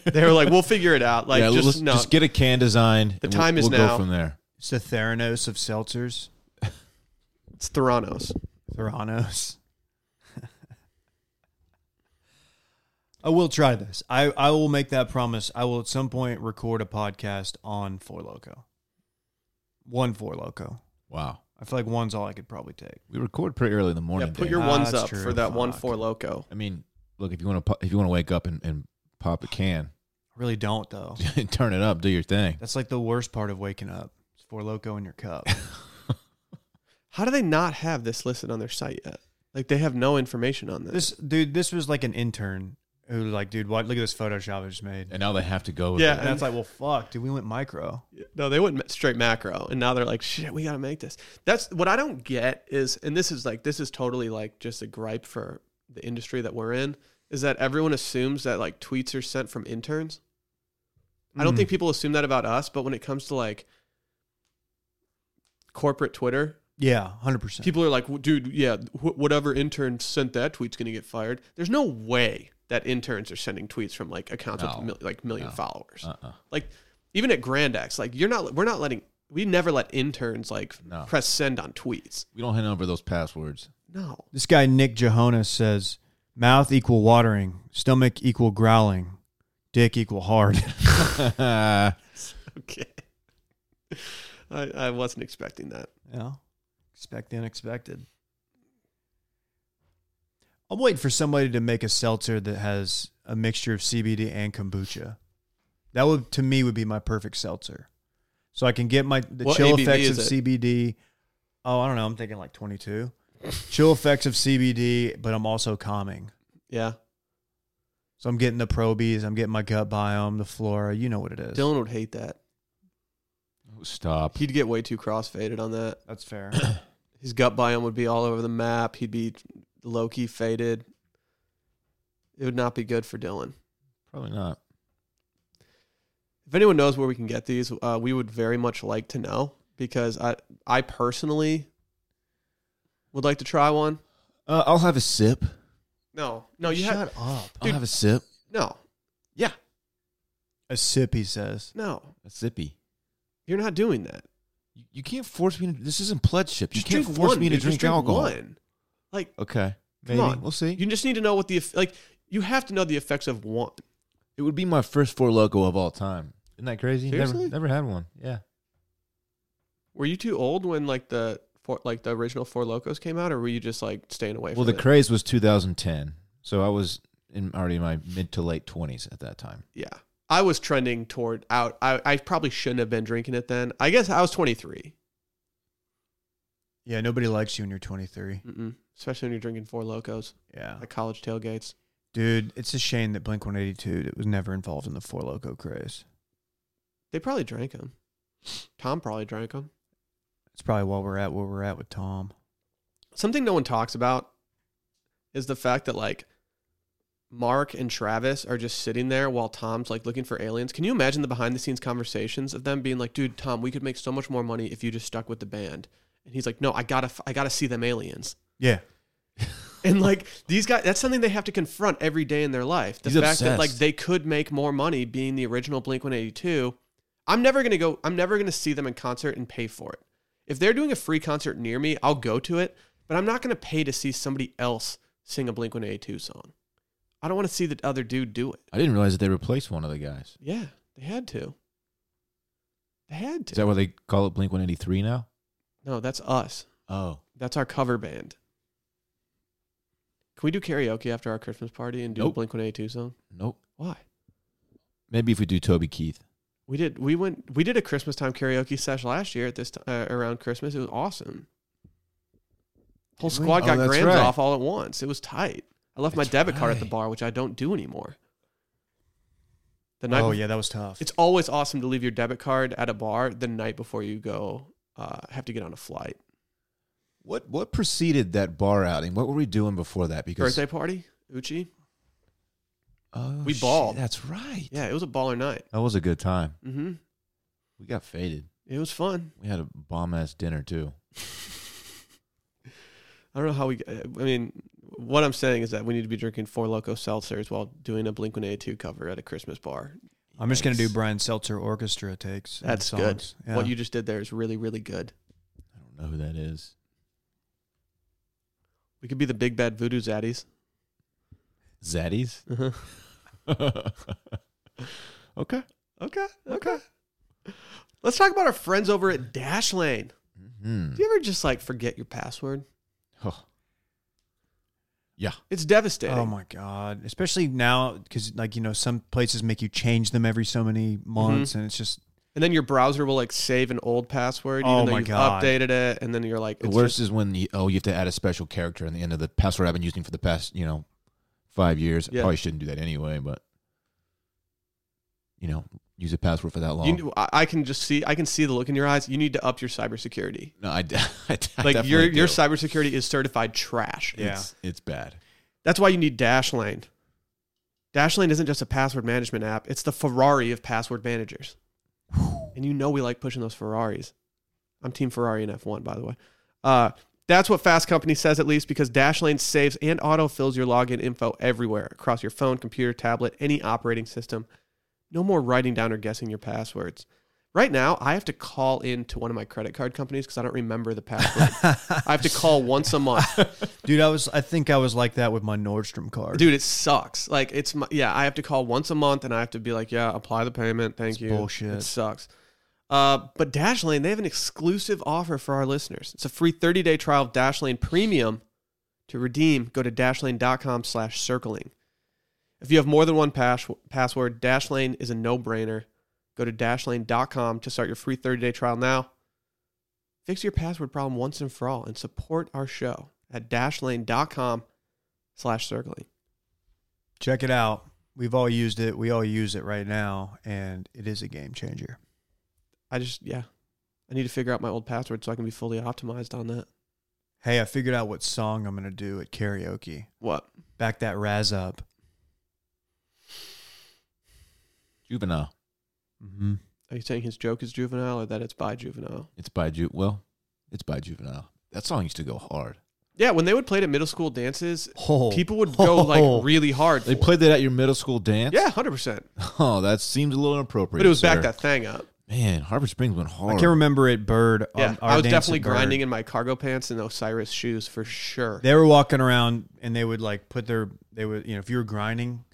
Speaker 1: They were like, "We'll figure it out." Like,
Speaker 3: yeah,
Speaker 1: just
Speaker 3: let's
Speaker 1: no.
Speaker 3: just get a can designed.
Speaker 1: The
Speaker 3: and
Speaker 1: time
Speaker 3: we'll,
Speaker 1: is
Speaker 3: we'll
Speaker 1: now.
Speaker 3: Go from there.
Speaker 2: It's the Theranos of seltzers.
Speaker 1: it's Theranos.
Speaker 2: Theranos. I will try this. I, I will make that promise. I will at some point record a podcast on Four Loco. One Four Loco.
Speaker 3: Wow,
Speaker 2: I feel like one's all I could probably take.
Speaker 3: we record pretty early in the morning.
Speaker 1: yeah, put
Speaker 3: Dan.
Speaker 1: your
Speaker 2: Ah,
Speaker 1: ones
Speaker 2: that's
Speaker 1: up
Speaker 2: true.
Speaker 1: for that one
Speaker 2: Fuck.
Speaker 1: Four Loco.
Speaker 3: I mean, look if you want to if you want to wake up and, and pop a can,
Speaker 2: I really don't though.
Speaker 3: turn it up, do your thing.
Speaker 2: That's like the worst part of waking up. It's Four Loco in your cup.
Speaker 1: How do they not have this listed on their site yet? Like, they have no information on this.
Speaker 2: this dude, this was like an intern who like, dude, what? Look at this Photoshop I just made.
Speaker 3: And now they have to go. With
Speaker 1: Yeah.
Speaker 3: it.
Speaker 2: And it's like, well, fuck, dude, we went micro.
Speaker 1: No, they went ma- straight macro, and now they're like, "Shit, we gotta make this." That's what I don't get is, and this is like, this is totally like just a gripe for the industry that we're in, is that everyone assumes that like tweets are sent from interns. I don't
Speaker 2: Mm.
Speaker 3: Hmm.
Speaker 1: think people assume that about us, but when it comes to like corporate Twitter,
Speaker 2: Yeah, hundred percent.
Speaker 1: people are like, "W- "Dude, yeah, wh- whatever intern sent that tweet's gonna get fired." There's no way that interns are sending tweets from like accounts
Speaker 3: No.
Speaker 1: with mil- like million
Speaker 3: No.
Speaker 1: followers
Speaker 3: Uh-uh.
Speaker 1: like even at Grand X, like you're not we're not letting we never let interns like
Speaker 3: No.
Speaker 1: press send on tweets.
Speaker 3: We don't hand over those passwords.
Speaker 1: No.
Speaker 2: This guy Nick Johannes says, mouth equal watering, stomach equal growling, dick equal hard.
Speaker 3: yeah.
Speaker 1: Okay. I, I wasn't expecting that.
Speaker 2: yeah, expect the unexpected. I'm waiting for somebody to make a seltzer that has a mixture of CBD and kombucha. That would to me would be my perfect seltzer. So I can get my the
Speaker 1: What
Speaker 2: chill
Speaker 1: ABV
Speaker 2: effects of
Speaker 1: is it?
Speaker 2: CBD. Oh, I don't know. I'm thinking like 22. chill effects of CBD, but I'm also calming.
Speaker 1: Yeah.
Speaker 2: So I'm getting the probies, I'm getting my gut biome, the flora. You know what it is.
Speaker 1: Dylan would hate that.
Speaker 3: Stop.
Speaker 1: He'd get way too crossfaded on that.
Speaker 2: That's fair.
Speaker 1: His gut biome would be all over the map. He'd be low key faded. It would not be good for Dylan.
Speaker 3: Probably not.
Speaker 1: If anyone knows where we can get these, uh, we would very much like to know because I I personally would like to try one.
Speaker 3: Uh, I'll have a sip.
Speaker 1: No, no, you
Speaker 2: Shut
Speaker 1: have
Speaker 2: up.
Speaker 1: Dude.
Speaker 3: I'll have a sip.
Speaker 1: no,
Speaker 2: A sip, he says.
Speaker 1: no.
Speaker 3: A sippy.
Speaker 1: You're not doing that.
Speaker 3: You, you can't force me to. This isn't pledgeship. You
Speaker 1: Just
Speaker 3: can't
Speaker 1: drink
Speaker 3: force
Speaker 1: one,
Speaker 3: me to
Speaker 1: dude. Just
Speaker 3: drink alcohol.
Speaker 1: One. Like
Speaker 3: Okay.
Speaker 1: Come
Speaker 3: Maybe.
Speaker 1: on.
Speaker 3: We'll see.
Speaker 1: you just need to know what the eff- like. You have to know the effects of one.
Speaker 3: it would be my first four loco of all time. Isn't that crazy?
Speaker 1: Seriously?
Speaker 3: Never, never had one. Yeah.
Speaker 1: Were you too old when like the four, like the original Four Locos came out, or were you just like staying away?
Speaker 3: Well, the
Speaker 1: from it?
Speaker 3: craze was 2010, so I was in already in my mid to late 20s at that time.
Speaker 1: yeah, I was trending toward out. I, I probably shouldn't have been drinking it then. I guess I was 23,
Speaker 2: Yeah, nobody likes you when you're 23.
Speaker 1: Mm-mm. especially when you're drinking Four Locos
Speaker 3: Oh.
Speaker 2: Yeah.
Speaker 1: at college tailgates.
Speaker 2: Dude, it's a shame that Blink 182 that was never involved in the Four Loco craze.
Speaker 1: They probably drank them. Tom probably drank them.
Speaker 2: It's probably while we're at where we're at with Tom.
Speaker 1: something no one talks about is the fact that like Mark and Travis are just sitting there while Tom's like looking for aliens. Can you imagine the behind the scenes conversations of them being like, "Dude, Tom, we could make so much more money if you just stuck with the band." And he's like, "No, I got to I got to see them aliens."
Speaker 2: Yeah.
Speaker 1: And like these guys that's something they have to confront every day in their life. The
Speaker 3: He's
Speaker 1: fact that
Speaker 3: obsessed.
Speaker 1: like they could make more money being the original Blink-182. I'm never going to go I'm never going to see them in concert and pay for it. If they're doing a free concert near me, I'll go to it, but I'm not going to pay to see somebody else sing a Blink-182 song. I don't want to see the other dude do it.
Speaker 3: I didn't realize that they replaced one of the guys.
Speaker 1: Yeah, they had to. They had
Speaker 3: Is
Speaker 1: to.
Speaker 3: that why they call it Blink 183 now?
Speaker 1: no, that's us.
Speaker 3: Oh,
Speaker 1: That's our cover band. Can we do karaoke after our Christmas party and do a
Speaker 3: Nope.
Speaker 1: Blink-182 song?
Speaker 3: nope.
Speaker 1: Why?
Speaker 3: Maybe if we do Toby Keith.
Speaker 1: We did. We went. We did a Christmas time karaoke sesh last year at this t- uh, around Christmas. It was awesome. Whole
Speaker 3: Did we?
Speaker 1: squad
Speaker 3: Oh,
Speaker 1: got
Speaker 3: that's
Speaker 1: grams
Speaker 3: right.
Speaker 1: off all at once. It was tight. I left my
Speaker 3: That's
Speaker 1: debit card at the
Speaker 3: right.
Speaker 1: bar, which I don't do anymore. The night.
Speaker 2: oh,
Speaker 1: bef-
Speaker 2: yeah, that was tough.
Speaker 1: It's always awesome to leave your debit card at a bar the night before you go. Uh, have to get on a flight.
Speaker 3: What what preceded that bar outing? What were we doing before that? Because
Speaker 1: Birthday party, Uchi.
Speaker 3: Oh,
Speaker 1: We
Speaker 3: shit,
Speaker 1: balled.
Speaker 3: that's right.
Speaker 1: Yeah, it was a baller night.
Speaker 3: That was a good time.
Speaker 1: Mm-hmm.
Speaker 3: We got faded.
Speaker 1: It was fun.
Speaker 3: We had a bomb ass dinner too.
Speaker 1: I don't know how we. I mean, what I'm saying is that we need to be drinking four loco seltzers while doing a Blink One Eighty Two cover at a Christmas bar.
Speaker 2: I'm just going to do
Speaker 3: Yikes.
Speaker 2: Brian Seltzer orchestra takes. and
Speaker 1: That's good.
Speaker 2: songs. Yeah.
Speaker 1: What you just did there is really, really good.
Speaker 3: I don't know who that is.
Speaker 1: We could be the big bad voodoo zaddies.
Speaker 3: Zaddies.
Speaker 1: Uh-huh.
Speaker 3: okay.
Speaker 1: Okay, okay. Let's talk about our friends over at Dash Lane.
Speaker 3: Hmm.
Speaker 1: Do you ever just like forget your password?
Speaker 3: Oh. Yeah. Um,
Speaker 1: It's devastating.
Speaker 2: Oh my god! Especially now, because like you know, some places make you change them every so many
Speaker 1: Mm-hmm.
Speaker 2: months, and it's just
Speaker 1: and then your browser will like save an old password, even
Speaker 2: Oh
Speaker 1: though
Speaker 2: my
Speaker 1: you've
Speaker 2: God.
Speaker 1: updated it, and then you're like,
Speaker 3: The
Speaker 1: it's
Speaker 3: worst
Speaker 1: just-
Speaker 3: is when you, oh you have to add a special character in the end of the password I've been using for the past you know five years.
Speaker 1: Yeah.
Speaker 3: Probably shouldn't do that anyway, but you know, use a password for that long.
Speaker 1: You, kn- I I can just see, I can see the look in your eyes. You need to up your cybersecurity.
Speaker 3: no, I, d- I d- I
Speaker 1: Like your
Speaker 3: definitely
Speaker 1: your
Speaker 3: do.
Speaker 1: cybersecurity is certified trash.
Speaker 3: It's, it's bad.
Speaker 1: That's why you need Dashlane. Dashlane isn't just a password management app; it's the Ferrari of password managers. And you know we like pushing those Ferraris. I'm Team Ferrari in F1, by the way. Uh, that's what Fast Company says, at least, because Dashlane saves and autofills your login info everywhere across your phone, computer, tablet, any operating system. No more writing down or guessing your passwords. Right now, I have to call in to one of my credit card companies because I don't remember the password. I have to call once a month.
Speaker 2: Dude, I was I think I was like that with my Nordstrom card.
Speaker 1: dude it sucks like it's my, yeah i have to call once a month and i have to be like yeah apply the payment thank you
Speaker 2: bullshit.
Speaker 1: it sucks uh, but dashlane they have an exclusive offer for our listeners it's a free 30-day trial of dashlane premium to redeem go to dashlane.com slash circling if you have more than one pass- password dashlane is a no-brainer go to dashlane.com to start your free 30-day trial now fix your password problem once and for all and support our show at dashlane.com slash circling
Speaker 2: Check it out. We've all used it. We all use it right now, and it is a game changer.
Speaker 1: I just yeah. I need to figure out my old password so I can be fully optimized on that.
Speaker 2: Hey, I figured out what song I'm gonna do at karaoke.
Speaker 1: What?
Speaker 2: Back that Raz up.
Speaker 3: Juvenile.
Speaker 2: Mm-hmm.
Speaker 1: Are you saying his joke is juvenile or that it's by juvenile?
Speaker 3: It's by Ju. Well, it's by Juvenile. That song used to go hard.
Speaker 1: Yeah, when they would play it at middle school dances,
Speaker 2: Oh,
Speaker 1: people would go like really hard.
Speaker 3: They
Speaker 1: for it.
Speaker 3: played that at your middle school dance.
Speaker 1: Yeah, hundred percent.
Speaker 3: Oh, that seems a little inappropriate.
Speaker 1: But it was back
Speaker 3: sir.
Speaker 1: that thing up.
Speaker 3: man. Harvard Springs went
Speaker 2: I
Speaker 3: hard.
Speaker 2: can't remember it. Bird.
Speaker 1: Yeah,
Speaker 2: um, our
Speaker 1: I was
Speaker 2: dance
Speaker 1: definitely
Speaker 2: at Bird.
Speaker 1: grinding in my cargo pants and Osiris shoes for sure.
Speaker 2: They were walking around, and they would like put their they would you know if you were grinding,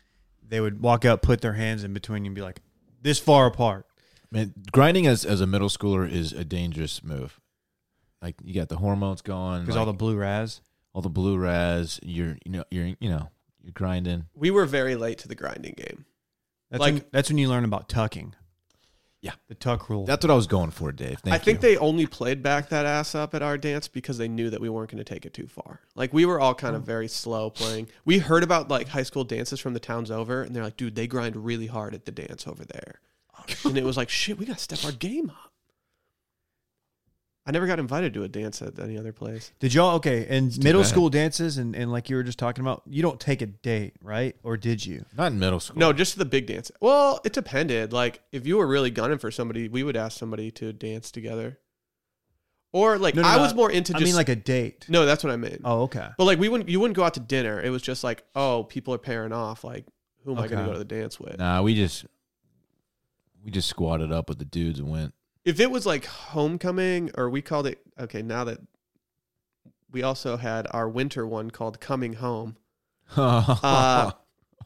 Speaker 2: they would walk up, put their hands in between you, and be like this far apart.
Speaker 3: Man, grinding as as a middle schooler is a dangerous move. Like you got the hormones going,
Speaker 2: Because all the
Speaker 3: like,
Speaker 2: blue Raz.
Speaker 3: all the blue raz. You're you know you're you know you're grinding.
Speaker 1: We were very late to the grinding game.
Speaker 2: That's
Speaker 1: Like-
Speaker 2: when, that's when you learn about tucking.
Speaker 3: Yeah.
Speaker 2: the tuck rule.
Speaker 3: That's what I was going for, Dave. Thank
Speaker 1: I think
Speaker 3: you.
Speaker 1: they only played back that ass up at our dance because they knew that we weren't going to take it too far. Like we were all
Speaker 2: Oh.
Speaker 1: kind of very slow playing. We heard about like high school dances from the towns over, and they're like, dude, they grind really hard at the dance over there. and it was like, shit, we got to step our game up. I never got invited to a dance at any other place.
Speaker 2: Did y'all okay? And middle
Speaker 3: bad.
Speaker 2: school dances and, and like you were just talking about, you don't take a date, right? Or did you?
Speaker 3: not in middle school.
Speaker 1: No, just the big dance. Well, it depended. Like if you were really gunning for somebody, we would ask somebody to dance together. Or like
Speaker 2: No, no,
Speaker 1: I
Speaker 2: no,
Speaker 1: was more into
Speaker 2: I
Speaker 1: just
Speaker 2: mean, like a date.
Speaker 1: No, that's what I meant.
Speaker 2: Oh, okay.
Speaker 1: But like we wouldn't you wouldn't go out to dinner. It was just like, oh, people are pairing off. Like, who am I gonna
Speaker 2: Okay.
Speaker 1: go to the dance with?
Speaker 3: Nah, we just we just squatted up with the dudes and went.
Speaker 1: If it was like homecoming or we called it okay, now that we also had our winter one called coming home.
Speaker 2: Uh-huh.
Speaker 1: Uh,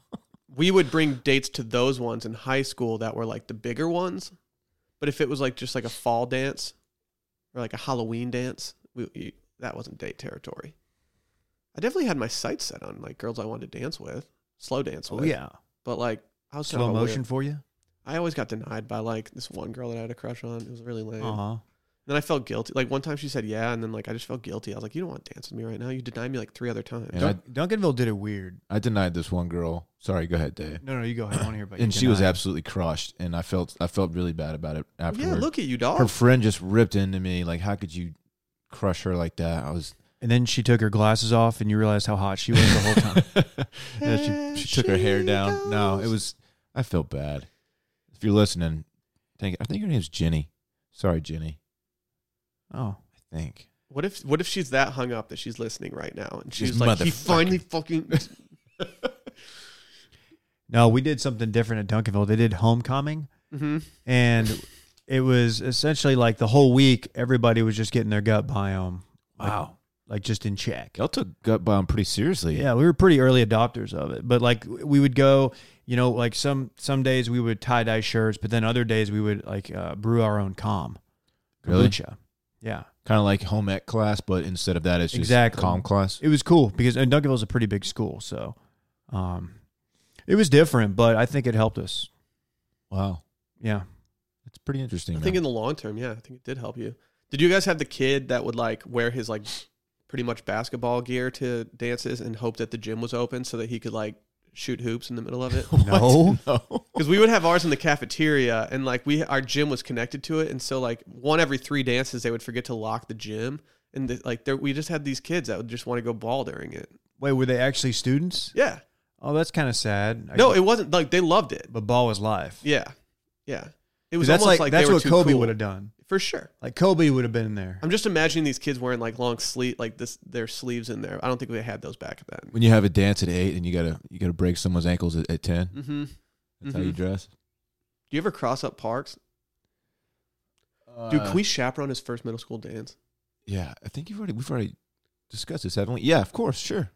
Speaker 1: we would bring dates to those ones in high school that were like the bigger ones. But if it was like just like a fall dance or like a Halloween dance, we, we- that wasn't date territory. I definitely had my sights set on like girls I wanted to dance with, slow dance
Speaker 2: Oh
Speaker 1: with.
Speaker 2: yeah.
Speaker 1: But like I was kind
Speaker 2: Slow
Speaker 1: of a weird-
Speaker 2: motion for you.
Speaker 1: I always got denied by like this one girl that I had a crush on. It was really lame.
Speaker 2: Uh huh.
Speaker 1: Then I felt guilty. Like one time she said yeah, and then like I just felt guilty. I was like, you don't want to dance with me right now. You denied me like three other times.
Speaker 3: And I-
Speaker 2: Duncanville did it weird.
Speaker 3: I denied this one girl. Sorry, go ahead, Dave.
Speaker 2: No, no, you go ahead. I want to hear about.
Speaker 3: And
Speaker 2: your
Speaker 3: she was
Speaker 2: denial.
Speaker 3: absolutely crushed, and I felt I felt really bad about it
Speaker 1: yeah,
Speaker 3: afterward.
Speaker 1: look oh. at you,
Speaker 3: her
Speaker 1: dog.
Speaker 3: friend just ripped into me. Like, how could you crush her like that? I was
Speaker 2: And then she took her glasses off, and you realized how hot she was the whole time.
Speaker 3: Yeah, she, she took her hair
Speaker 1: she
Speaker 3: down. No,
Speaker 1: goes.
Speaker 3: it was. I felt bad. If you're listening, thank. I think her name's Jenny. Sorry, Jenny.
Speaker 2: Oh,
Speaker 3: I think.
Speaker 1: What if what if she's that hung up that she's listening right now and she's
Speaker 3: She's
Speaker 1: like, he
Speaker 3: motherfucking-
Speaker 1: finally fucking.
Speaker 2: no, we did something different at Duncanville. They did homecoming.
Speaker 1: Mhm.
Speaker 2: and it was essentially like the whole week everybody was just getting their gut biome like, like just in check
Speaker 3: y'all took gut bomb pretty seriously.
Speaker 2: yeah we were pretty early adopters of it but like we would go you know like some some days we would tie dye shirts but then other days we would like uh, brew our own calm
Speaker 3: Really?
Speaker 2: kombucha yeah
Speaker 3: kind of like home ec class, but instead of that, it's just
Speaker 2: Exactly.
Speaker 3: calm class.
Speaker 2: it was cool because and Duncanville's a pretty big school so um it was different but i think it helped us
Speaker 3: Wow,
Speaker 2: yeah
Speaker 3: that's pretty interesting.
Speaker 1: I
Speaker 3: man.
Speaker 1: think in the long term, yeah, I think it did help you. Did you guys have the kid that would like wear his like pretty much basketball gear to dances and hope that the gym was open so that he could like shoot hoops in the middle of it?
Speaker 2: No.
Speaker 3: Oh, No.
Speaker 1: Because we would have ours in the cafeteria, and like we, our gym was connected to it, and so like one every three dances, they would forget to lock the gym, and the, like there, we just had these kids that would just want to go ball during it.
Speaker 2: Wait, were they actually students?
Speaker 1: Yeah,
Speaker 2: Oh, that's kind of sad. I
Speaker 1: no,
Speaker 2: guess-
Speaker 1: it wasn't like they loved it.
Speaker 2: but ball was life.
Speaker 1: Yeah, yeah, it was
Speaker 2: that's
Speaker 1: almost like,
Speaker 2: like,
Speaker 1: they
Speaker 2: that's
Speaker 1: were
Speaker 2: what
Speaker 1: too
Speaker 2: Kobe
Speaker 1: cool.
Speaker 2: would have done.
Speaker 1: for sure.
Speaker 2: Like Kobe would have been there.
Speaker 1: I'm just imagining these kids wearing like long sleeve, like this their sleeves in there. I don't think we had those back then.
Speaker 3: When you have a dance at eight and you gotta you gotta break someone's ankles at, at ten,
Speaker 1: Mm-hmm. Do
Speaker 3: that's how you
Speaker 1: Mhm.
Speaker 3: dress.
Speaker 1: you ever cross up parks? Dude,
Speaker 3: Uh,
Speaker 1: can we chaperone his first middle school dance?
Speaker 3: Yeah, I think you've already we've already discussed this, haven't we? Yeah, of course, sure.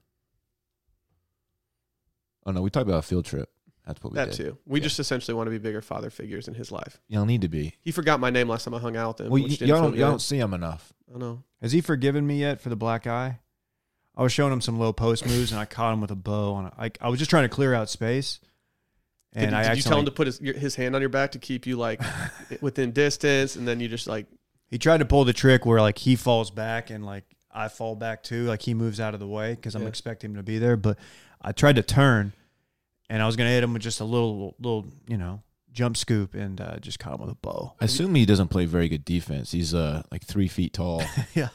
Speaker 3: Oh no, we talked about a field trip. That's what we
Speaker 1: that
Speaker 3: did.
Speaker 1: too. We
Speaker 3: Yeah.
Speaker 1: just essentially want to be bigger father figures in his life.
Speaker 3: Y'all need to be.
Speaker 1: He forgot my name last time I hung out with him.
Speaker 3: Well, y-
Speaker 1: which didn't
Speaker 3: y'all
Speaker 1: feel
Speaker 3: don't, y'all
Speaker 1: good.
Speaker 3: don't see them enough.
Speaker 1: I don't know.
Speaker 2: Has he forgiven me yet for the black eye? I was showing him some low post moves, and I caught him with a bow. On a, I, I was just trying to clear out space,
Speaker 1: Did,
Speaker 2: and
Speaker 1: you-
Speaker 2: I
Speaker 1: did you tell him to
Speaker 2: accidentally-
Speaker 1: put his your, his hand on your back to keep you like within distance, and then you just like
Speaker 2: he tried to pull the trick where like he falls back and like I fall back too, like he moves out of the way because I'm
Speaker 1: Yeah.
Speaker 2: expecting him to be there. But I tried to turn, and I was gonna hit him with just a little little you know jump scoop, and uh, just caught him with a bow.
Speaker 3: I assume he doesn't play very good defense. He's uh like three feet tall.
Speaker 2: yeah,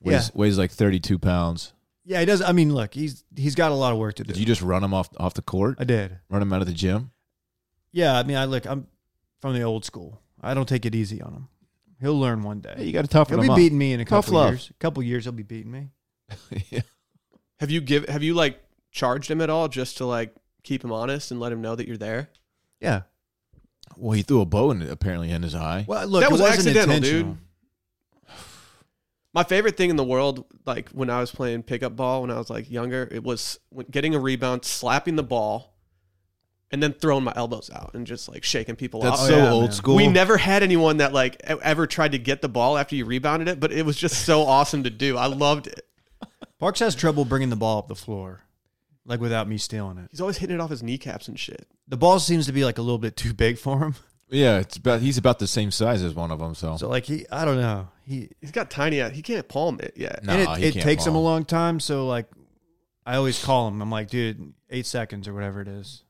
Speaker 3: Weighs, weighs like thirty two pounds.
Speaker 2: yeah. He does. I mean, look, he's he's got a lot of work to do.
Speaker 3: Did you just run him off off the court?
Speaker 2: I did.
Speaker 3: Run him out of the gym?
Speaker 2: Yeah, I mean, I look. I'm from the old school. I don't take it easy on him. He'll learn one day.
Speaker 3: Hey, you gotta toughen
Speaker 2: he'll
Speaker 3: him
Speaker 2: be
Speaker 3: up.
Speaker 2: beating me in a
Speaker 3: Tough
Speaker 2: couple
Speaker 3: love.
Speaker 2: years. A couple years, he'll be beating me.
Speaker 3: yeah.
Speaker 1: have you give have you like charged him at all just to like keep him honest and let him know that you're there?
Speaker 2: Yeah.
Speaker 3: Well, he threw a bow in apparently in his eye.
Speaker 2: Well, look,
Speaker 1: That
Speaker 2: it
Speaker 1: was
Speaker 2: wasn't
Speaker 1: accidental,
Speaker 2: intentional.
Speaker 1: dude. My favorite thing in the world, like when I was playing pickup ball when I was like younger, it was when- getting a rebound, slapping the ball, and then throwing my elbows out and just like shaking people
Speaker 3: That's
Speaker 1: off.
Speaker 2: Oh,
Speaker 3: so
Speaker 2: yeah,
Speaker 3: old
Speaker 2: man.
Speaker 3: school.
Speaker 1: We never had anyone that like e- ever tried to get the ball after you rebounded it, but it was just so awesome to do. I loved it.
Speaker 2: Parks has trouble bringing the ball up the floor, like without me stealing it.
Speaker 1: He's always hitting it off his kneecaps and shit.
Speaker 2: The ball seems to be like a little bit too big for him.
Speaker 3: yeah, it's about he's about the same size as one of them. So,
Speaker 2: So like he, I don't know. He
Speaker 1: He's got tiny. He can't palm it yet.
Speaker 3: no,
Speaker 2: and
Speaker 3: he
Speaker 2: it, it
Speaker 3: can't
Speaker 2: takes him a
Speaker 3: ball.
Speaker 2: long time. So like, I always call him. I'm like, dude, eight seconds or whatever it is.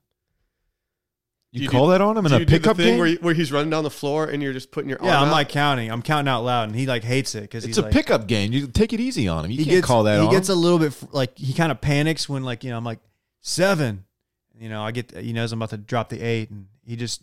Speaker 3: You,
Speaker 1: Do you
Speaker 3: call that on him in
Speaker 1: Do
Speaker 3: a
Speaker 1: you do the
Speaker 3: pickup
Speaker 1: thing
Speaker 3: game?
Speaker 1: where, you- where he's running down the floor and you're just putting your
Speaker 2: yeah,
Speaker 1: arm
Speaker 2: I'm
Speaker 1: out?
Speaker 2: like counting. I'm counting out loud, and he like hates it because
Speaker 3: it's
Speaker 2: he's
Speaker 3: a
Speaker 2: like,
Speaker 3: pickup game. You take it easy on him. You
Speaker 2: he
Speaker 3: can't
Speaker 2: gets
Speaker 3: call that
Speaker 2: he
Speaker 3: on
Speaker 2: gets a
Speaker 3: him.
Speaker 2: little bit fr- like he kind of panics when like you know I'm like seven, you know I get he knows I'm about to drop the eight and he just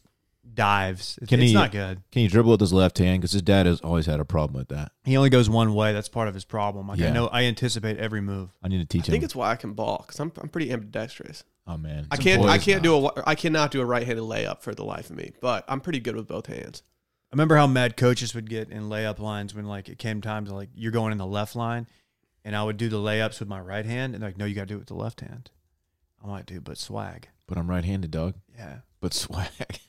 Speaker 2: dives. It's,
Speaker 3: Can
Speaker 2: it's
Speaker 3: he-
Speaker 2: not good.
Speaker 3: Can you dribble with his left hand? Because his dad has always had a problem with that.
Speaker 2: He only goes one way. That's part of his problem. Like I
Speaker 3: Yeah.
Speaker 2: know I anticipate every move.
Speaker 3: I need to
Speaker 1: I
Speaker 3: teach
Speaker 1: think
Speaker 3: him.
Speaker 1: it's why I can ball because I'm, I'm pretty ambidextrous.
Speaker 3: Oh man,
Speaker 1: I can't I can't do a I cannot do a right handed layup for the life of me, but I'm pretty good with both hands.
Speaker 2: I remember how mad coaches would get in layup lines when like it came time to like you're going in the left line, and I would do the layups with my right hand and they're like no you got to do it with the left hand. I'm like dude, but swag.
Speaker 3: But I'm right-handed, dog.
Speaker 2: Yeah,
Speaker 3: But swag.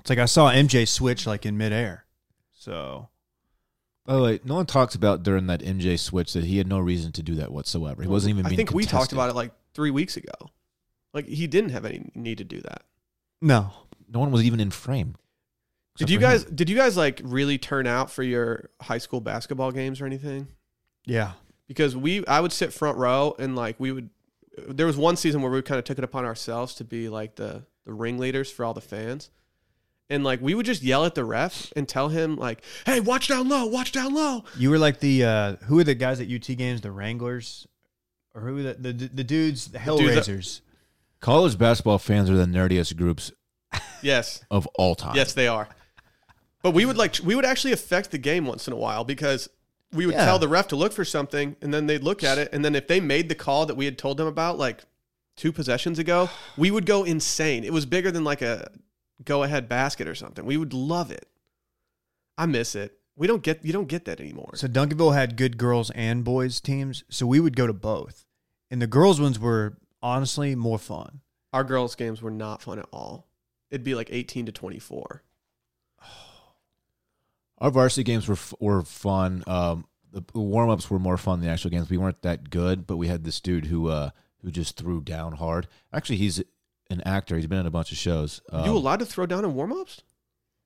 Speaker 2: it's like I saw MJ switch like in midair. So
Speaker 3: By the way, no one talks about during that MJ switch that he had no reason to do that whatsoever. He wasn't even.
Speaker 1: I
Speaker 3: being
Speaker 1: think we talked
Speaker 3: contested.
Speaker 1: about it like three weeks ago. Like he didn't have any need to do that.
Speaker 2: no,
Speaker 3: No one was even in frame.
Speaker 1: Did
Speaker 3: Except
Speaker 1: you
Speaker 3: for him.
Speaker 1: guys did you guys like really turn out for your high school basketball games or anything?
Speaker 2: yeah.
Speaker 1: because we I would sit front row and like we would there was one season where we kind of took it upon ourselves to be like the the ringleaders for all the fans. And like we would just yell at the ref and tell him like, "Hey, watch down low, watch down low."
Speaker 2: You were like the uh, who are the guys at UT games? The Wranglers, or who were the the, the dudes? The
Speaker 1: dudes that-
Speaker 2: Hellraisers.
Speaker 3: College basketball fans are the nerdiest groups
Speaker 1: Yes.
Speaker 3: of all time.
Speaker 1: Yes, they are. But we would like we would actually affect the game once in a while because we would
Speaker 2: Yeah.
Speaker 1: tell the ref to look for something and then they'd look at it and then if they made the call that we had told them about like two possessions ago, we would go insane. It was bigger than like a go ahead basket or something. We would love it. I miss it. We don't get you don't get that anymore.
Speaker 2: So Duncanville had good girls and boys teams, so we would go to both, and the girls ones were honestly more fun.
Speaker 1: Our girls games were not fun at all. It'd be like 18 to 24.
Speaker 3: Our varsity games were f- were fun. Um, the warm ups were more fun than the actual games. We weren't that good, but we had this dude who uh, who just threw down hard. Actually, he's an actor. He's been in a bunch of shows. Um,
Speaker 1: you allowed to throw down in warm-ups?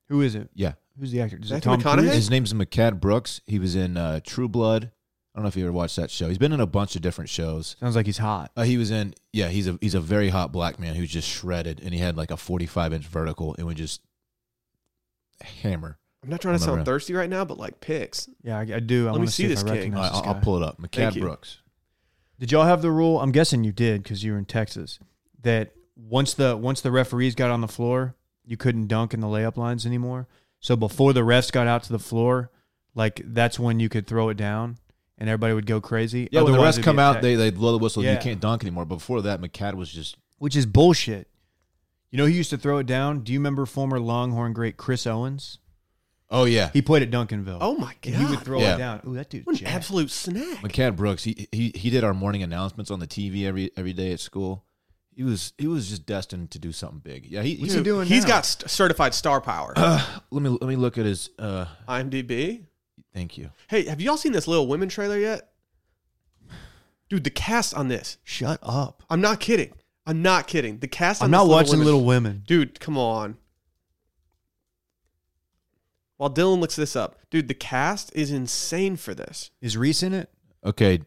Speaker 2: Who is it?
Speaker 3: Yeah,
Speaker 2: Who's the actor? Is it
Speaker 1: Matthew McConaughey?
Speaker 2: Cruise?
Speaker 3: his name's McCad Brooks. He was in uh, True Blood. I don't know if you ever watched that show. He's been in a bunch of different shows.
Speaker 2: Sounds like he's hot.
Speaker 3: Uh, he was in, yeah, he's a he's a very hot black man who's just shredded, and he had like a forty five inch vertical and would just hammer.
Speaker 1: I'm not trying to
Speaker 3: On the
Speaker 1: sound
Speaker 3: rim.
Speaker 1: thirsty right now, but like picks.
Speaker 2: Yeah, I, I do. I
Speaker 1: Let me
Speaker 2: want to
Speaker 1: see
Speaker 2: see,
Speaker 1: this
Speaker 2: if I
Speaker 1: kid.
Speaker 2: recognize
Speaker 3: All right,
Speaker 2: this
Speaker 3: I'll, I'll
Speaker 2: guy.
Speaker 3: pull it up.
Speaker 1: Thank
Speaker 3: McCab
Speaker 1: you.
Speaker 3: Brooks.
Speaker 2: Did y'all have the rule? I'm guessing you did because you were in Texas. That once the once the referees got on the floor, you couldn't dunk in the layup lines anymore. So before the refs got out to the floor, like that's when you could throw it down, and everybody would go crazy.
Speaker 3: Yeah, when the
Speaker 2: Otherwise,
Speaker 3: rest
Speaker 2: it'd
Speaker 3: come
Speaker 2: be a
Speaker 3: out,
Speaker 2: tech,
Speaker 3: they they blow the whistle. You
Speaker 2: Yeah.
Speaker 3: can't dunk anymore. But before that, McCad was just
Speaker 2: which is bullshit. You know who used to throw it down? Do you remember former Longhorn great Chris Owens?
Speaker 3: oh yeah.
Speaker 2: He played at Duncanville.
Speaker 1: Oh my god,
Speaker 2: and he would throw
Speaker 3: Yeah.
Speaker 2: it down. Ooh, that dude's
Speaker 1: what an
Speaker 2: jacked.
Speaker 1: absolute snack!
Speaker 3: McCad Brooks, he, he he did our morning announcements on the TV every every day at school. He was he was just destined to do something big. Yeah, he,
Speaker 2: What's
Speaker 3: he-
Speaker 2: he doing?
Speaker 1: He's
Speaker 2: now?
Speaker 1: got st- certified star power.
Speaker 3: Let me let me look at his. uh
Speaker 1: IMDb.
Speaker 3: Thank you.
Speaker 1: Hey, have y'all seen this Little Women trailer yet? Dude, the cast on this.
Speaker 2: Shut up.
Speaker 1: I'm not kidding. I'm not kidding. The cast.
Speaker 2: I'm
Speaker 1: on this
Speaker 2: not watching
Speaker 1: Women-
Speaker 2: Little Women.
Speaker 1: Dude, come on. While Dylan looks this up, dude, the cast is insane for this.
Speaker 2: Is Reese in it?
Speaker 3: Okay.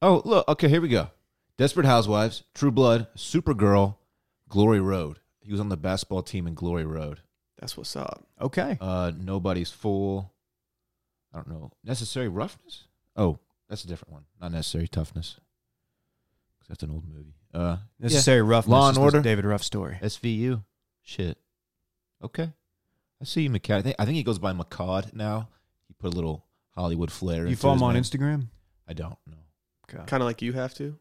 Speaker 3: Oh look. Okay, here we go. Desperate Housewives, True Blood, Supergirl, Glory Road. He was on the basketball team in Glory Road.
Speaker 1: That's what's up.
Speaker 2: Okay.
Speaker 3: Uh, Nobody's Fool. I don't know. Necessary Roughness. Oh, that's a different one. Not Necessary Toughness. 'Cause That's an old movie. Uh, yeah.
Speaker 2: Necessary roughness.
Speaker 3: Law
Speaker 2: is
Speaker 3: and
Speaker 2: this
Speaker 3: Order.
Speaker 2: David Ruff story.
Speaker 3: SVU. Shit. Okay. I see you, McCad. I think, I think he goes by McCod now. He put a little Hollywood flair.
Speaker 2: You
Speaker 3: into
Speaker 2: follow
Speaker 3: his
Speaker 2: him on
Speaker 3: name.
Speaker 2: Instagram?
Speaker 3: I don't know.
Speaker 2: God.
Speaker 1: Kind of like you have to.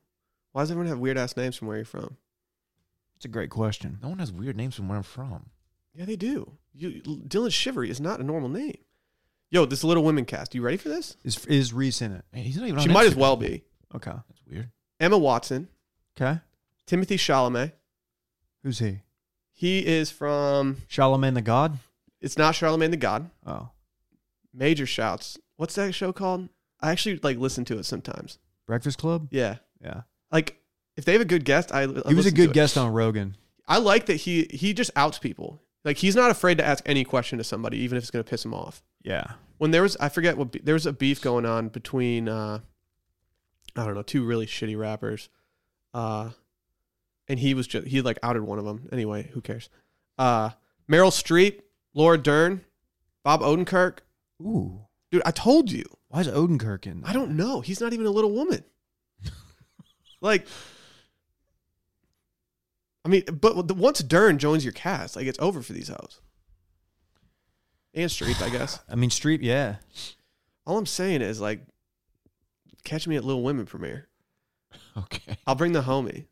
Speaker 1: Why does everyone have weird ass names from where you're from?
Speaker 2: It's a great question.
Speaker 3: No one has weird names from where I'm from.
Speaker 1: Yeah, they do. You, Dylan Shivery is not a normal name. Yo, this Little Women cast. You ready for this?
Speaker 2: Is is Reese in it?
Speaker 3: Man, he's not even.
Speaker 1: She
Speaker 3: on
Speaker 1: might as
Speaker 3: Instagram.
Speaker 1: well be.
Speaker 2: Okay.
Speaker 3: That's weird.
Speaker 1: Emma Watson,
Speaker 2: Okay.
Speaker 1: Timothy Chalamet.
Speaker 2: Who's he?
Speaker 1: He is from.
Speaker 2: Charlemagne the God?
Speaker 1: It's not Charlemagne the God.
Speaker 2: Oh.
Speaker 1: Major shouts. What's that show called? I actually like listen to it sometimes.
Speaker 2: Breakfast Club?
Speaker 1: Yeah,
Speaker 2: Yeah.
Speaker 1: like if they have a good guest, I I
Speaker 2: He was a
Speaker 1: listen to
Speaker 2: good
Speaker 1: it.
Speaker 2: guest on Rogan.
Speaker 1: I like that he he just outs people. Like he's not afraid to ask any question to somebody, even if it's going to piss him off.
Speaker 2: Yeah.
Speaker 1: When there was, I forget what be- there was a beef going on between, uh, I don't know, two really shitty rappers, uh, and he was just he like outed one of them. Anyway, who cares? Uh, Meryl Streep, Laura Dern, Bob Odenkirk.
Speaker 2: Ooh.
Speaker 1: Dude, I told you.
Speaker 2: Why is Odenkirk in
Speaker 1: I don't know. He's not even a little woman. like, I mean, but the- once Dern joins your cast, like it's over for these hoes. And Streep, I guess.
Speaker 2: I mean Streep, yeah.
Speaker 1: All I'm saying is like, catch me at Little Women premiere.
Speaker 3: Okay.
Speaker 1: I'll bring the homie.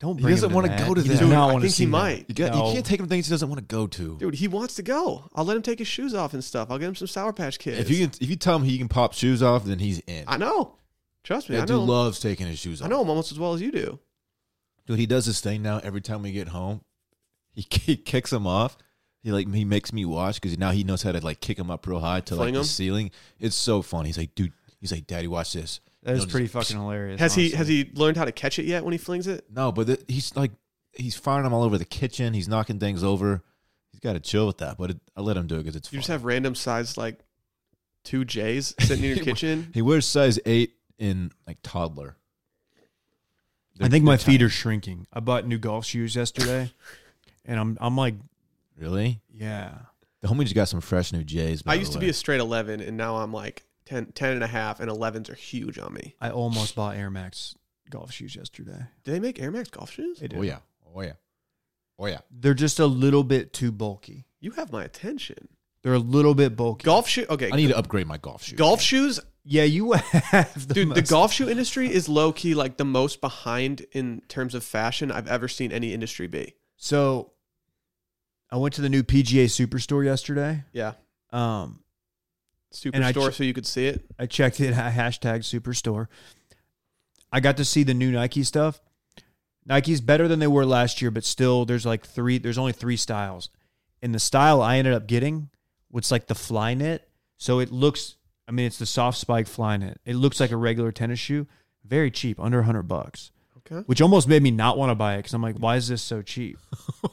Speaker 2: Don't
Speaker 3: He
Speaker 2: bring him
Speaker 3: doesn't wanna go to
Speaker 2: He
Speaker 3: that.
Speaker 2: does
Speaker 1: Dude,
Speaker 2: not
Speaker 1: I
Speaker 2: wanna
Speaker 1: think
Speaker 2: see
Speaker 1: he
Speaker 2: that.
Speaker 1: might.
Speaker 3: You, got,
Speaker 2: No.
Speaker 3: you can't take him things he doesn't want to go to.
Speaker 1: Dude, he wants to go. I'll let him take his shoes off and stuff. I'll get him some Sour Patch Kids.
Speaker 3: if you can, if you tell him he can pop shoes off, then he's in.
Speaker 1: I know. Trust me,
Speaker 3: That
Speaker 1: I
Speaker 3: dude
Speaker 1: know. him.
Speaker 3: loves taking his shoes off.
Speaker 1: I know him almost as well as you do.
Speaker 3: Dude, he does this thing now. Every time we get home, he, he kicks him off. He like he makes me watch because now he knows how to like kick him up real high to like
Speaker 1: Fling
Speaker 3: the
Speaker 1: him?
Speaker 3: ceiling. It's so funny. He's like, dude. He's like, daddy, watch this.
Speaker 2: That is
Speaker 3: He'll just-
Speaker 2: pretty fucking hilarious.
Speaker 1: Has he
Speaker 2: honestly.
Speaker 1: has he learned how to catch it yet when he flings it?
Speaker 3: No, but th- he's like, he's firing him all over the kitchen. He's knocking things over. He's got to chill with that. But it, I let him do it because it's.
Speaker 1: You just
Speaker 3: fun.
Speaker 1: have random size like two J's sitting in your kitchen.
Speaker 3: He wears size eight in like toddler.
Speaker 2: I think my feet
Speaker 3: are
Speaker 2: are shrinking. I bought new golf shoes yesterday and I'm I'm like,
Speaker 3: really.
Speaker 2: yeah.
Speaker 3: The homie just got some fresh new J's. by
Speaker 1: I
Speaker 3: the
Speaker 1: used to
Speaker 3: way.
Speaker 1: be a straight 11 and now I'm like 10, 10 and a half and 11s are huge on me.
Speaker 2: I almost bought Air Max golf shoes yesterday.
Speaker 1: Do they make Air Max golf shoes?
Speaker 2: They do.
Speaker 3: Oh yeah. Oh yeah. Oh yeah.
Speaker 2: They're just a little bit too bulky.
Speaker 1: You have my attention.
Speaker 2: They're a little bit bulky.
Speaker 1: Golf shoe. Okay.
Speaker 3: I need to upgrade my golf shoes.
Speaker 1: golf shoes.
Speaker 2: Yeah, you have the
Speaker 1: Dude, the
Speaker 2: most-
Speaker 1: golf shoe industry is low key like the most behind in terms of fashion I've ever seen any industry be.
Speaker 2: So I went to the new PGA Superstore yesterday.
Speaker 1: Yeah.
Speaker 2: Um, I
Speaker 1: Superstore
Speaker 2: ch-
Speaker 1: so you could see it.
Speaker 2: I checked it. I hashtag Superstore. I got to see the new Nike stuff. Nike's better than they were last year, but still, there's like three. There's only three styles, and the style I ended up getting was like the fly knit. So it looks. I mean, it's the soft spike fly knit. It looks like a regular tennis shoe. Very cheap, under hundred bucks,
Speaker 1: Okay.
Speaker 2: which almost made me not want to buy it because I'm like, why is this so cheap?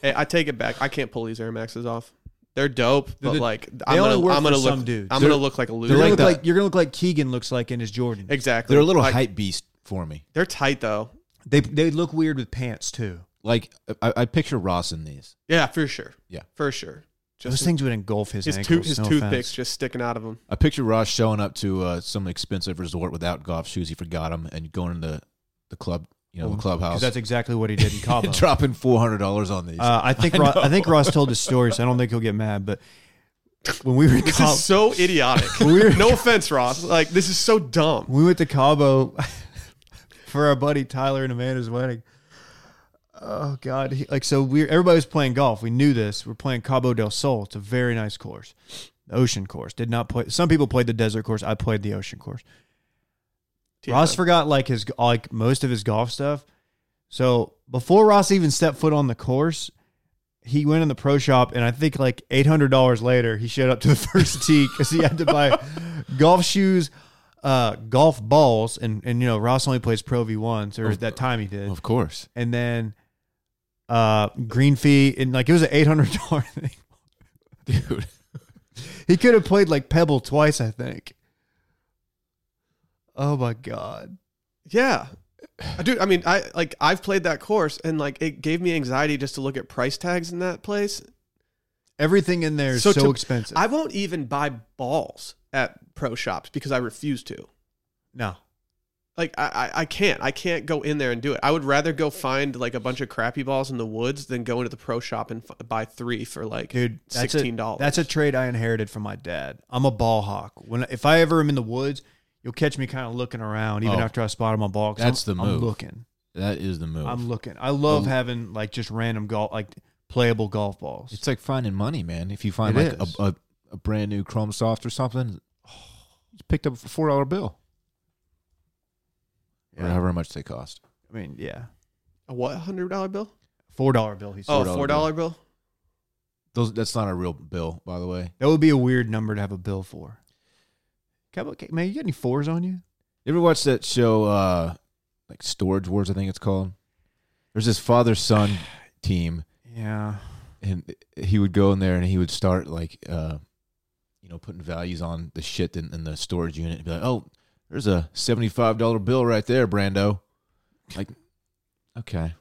Speaker 1: hey, I take it back. I can't pull these Air Maxes off. They're dope, but
Speaker 2: the-
Speaker 1: like
Speaker 2: They
Speaker 1: I'm
Speaker 2: only
Speaker 1: gonna,
Speaker 2: work
Speaker 1: I'm
Speaker 2: for
Speaker 1: gonna look,
Speaker 2: some dudes.
Speaker 1: I'm
Speaker 3: They're-
Speaker 1: gonna look like a
Speaker 2: You're
Speaker 1: loser.
Speaker 3: They're
Speaker 2: gonna
Speaker 3: like
Speaker 2: look
Speaker 3: that-
Speaker 2: like you're gonna look like Keegan looks like in his Jordan.
Speaker 1: exactly.
Speaker 3: They're a little
Speaker 1: Like,
Speaker 3: hype beast for me.
Speaker 1: They're tight though.
Speaker 2: They they look weird with pants too.
Speaker 3: Like I, I picture Ross in these.
Speaker 1: Yeah, for sure.
Speaker 3: Yeah.
Speaker 1: for sure.
Speaker 2: Those things would engulf his,
Speaker 1: his
Speaker 2: ankles.
Speaker 1: tooth, his
Speaker 2: no
Speaker 1: toothpicks
Speaker 2: offense.
Speaker 1: just sticking out of him.
Speaker 3: I picture Ross showing up to uh, some expensive resort without golf shoes. He forgot them and going to the, the club, you know,
Speaker 2: Well, 'Cause
Speaker 3: the clubhouse.
Speaker 2: that's exactly what he did in Cabo.
Speaker 3: and dropping four hundred dollars on these.
Speaker 2: Uh, I think Ross, I think Ross told his story, so I don't think he'll get mad. But when we were in
Speaker 1: This
Speaker 2: Cabo,
Speaker 1: is so idiotic.
Speaker 2: when we were-
Speaker 1: no offense, Ross. Like this is so dumb.
Speaker 2: we went to Cabo for our buddy Tyler and Amanda's wedding. Oh God! He, like so, we everybody was playing golf. We knew this. We're playing Cabo del Sol. It's a very nice course, the ocean course. Did not play. Some people played the desert course. I played the ocean course. Ross forgot like his like most of his golf stuff. So before Ross even stepped foot on the course, he went in the pro shop, and I think like eight hundred dollars later, he showed up to the first tee because he had to buy golf shoes, uh, golf balls, and and you know Ross only plays Pro V ones, or at that time he did,
Speaker 3: of course.
Speaker 2: and then uh, green fee, and like it was an eight hundred dollar thing.
Speaker 3: Dude.
Speaker 2: He could have played like Pebble twice, I think. Oh my god.
Speaker 1: Yeah. Dude, I mean, I like I've played that course and like it gave me anxiety just to look at price tags in that place.
Speaker 2: Everything in there is so,
Speaker 1: So to-
Speaker 2: expensive.
Speaker 1: I won't even buy balls at pro shops because I refuse to.
Speaker 2: no.
Speaker 1: Like I, I, I can't. I can't go in there and do it. I would rather go find like a bunch of crappy balls in the woods than go into the pro shop and f- buy three for like
Speaker 2: Dude, that's a-
Speaker 1: sixteen dollars.
Speaker 2: That's a trade I inherited from my dad. I'm a ball hawk. When if I ever am in the woods, you'll catch me kind of looking around, even
Speaker 3: Oh.
Speaker 2: after I spotted my ball. 'cause
Speaker 3: That's
Speaker 2: I'm,
Speaker 3: the
Speaker 2: I'm
Speaker 3: move.
Speaker 2: looking.
Speaker 3: That is the move.
Speaker 2: I'm looking. I love
Speaker 3: Oh.
Speaker 2: having like just random golf, like playable golf balls.
Speaker 3: it's like finding money, man. If you find
Speaker 2: It
Speaker 3: like
Speaker 2: is.
Speaker 3: a, a, a brand new Chrome Soft or something, you picked up a four dollar bill or
Speaker 2: Yeah.
Speaker 3: however much they cost.
Speaker 2: I mean, yeah,
Speaker 1: a what hundred dollar bill?
Speaker 2: four dollar bill. He said
Speaker 1: Oh,
Speaker 3: $4
Speaker 1: four dollar bill.
Speaker 3: Those that's not a real bill, by the way.
Speaker 2: that would be a weird number to have a bill for. Cowboy K- Man, you got any fours on you?
Speaker 3: You ever watch that show, uh, like Storage Wars? I think it's called. There's this father son team,
Speaker 2: Yeah,
Speaker 3: and he would go in there and he would start like, uh, you know, putting values on the shit in, in the storage unit. And be like, oh, there's a seventy five dollar bill right there, Brando. Like, okay,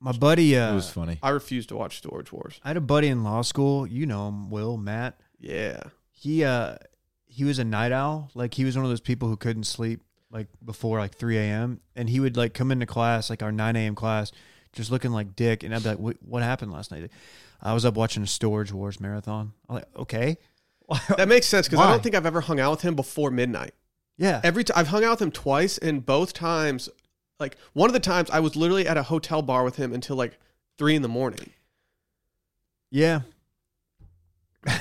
Speaker 2: my buddy. Uh,
Speaker 3: it was funny.
Speaker 1: I refuse to watch Storage Wars.
Speaker 2: I had a buddy in law school. You know him, Will Matt.
Speaker 1: Yeah.
Speaker 2: he uh he was a night owl like he was one of those people who couldn't sleep like before like 3 a.m and he would like come into class like our 9 a.m class just looking like dick and i'd be like what, what happened last night i was up watching a storage wars marathon i'm like okay
Speaker 1: That makes sense because I
Speaker 2: Why?
Speaker 1: don't think I've ever hung out with him before midnight.
Speaker 2: yeah
Speaker 1: Every t- I've hung out with him twice, and both times, like one of the times, I was literally at a hotel bar with him until like three in the morning.
Speaker 2: yeah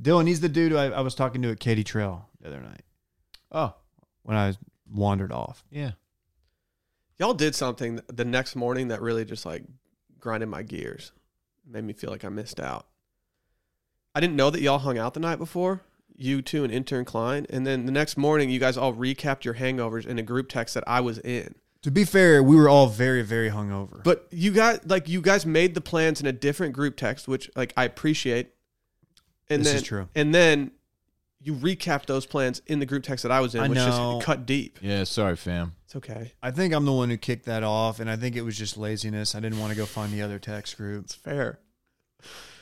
Speaker 2: dylan he's the dude I, I was talking to at katie trail the other night
Speaker 3: Oh
Speaker 2: when i wandered off
Speaker 3: yeah,
Speaker 1: Y'all did something the next morning that really just like grinded my gears, made me feel like I missed out. I didn't know that y'all hung out the night before. You two and intern Klein, and then the next morning, you guys all recapped your hangovers in a group text that I was in.
Speaker 2: to be fair we were all very very hungover
Speaker 1: But you guys, like, you guys made the plans in a different group text, which, like, I appreciate. And
Speaker 2: This
Speaker 1: then,
Speaker 2: is true.
Speaker 1: And then you recapped those plans in the group text that I was in,
Speaker 2: I
Speaker 1: which
Speaker 2: know.
Speaker 1: just cut deep.
Speaker 3: yeah. Sorry, fam.
Speaker 1: It's okay.
Speaker 2: I think I'm the one who kicked that off, and I think it was just laziness. I didn't want to go find the other text group.
Speaker 1: It's fair.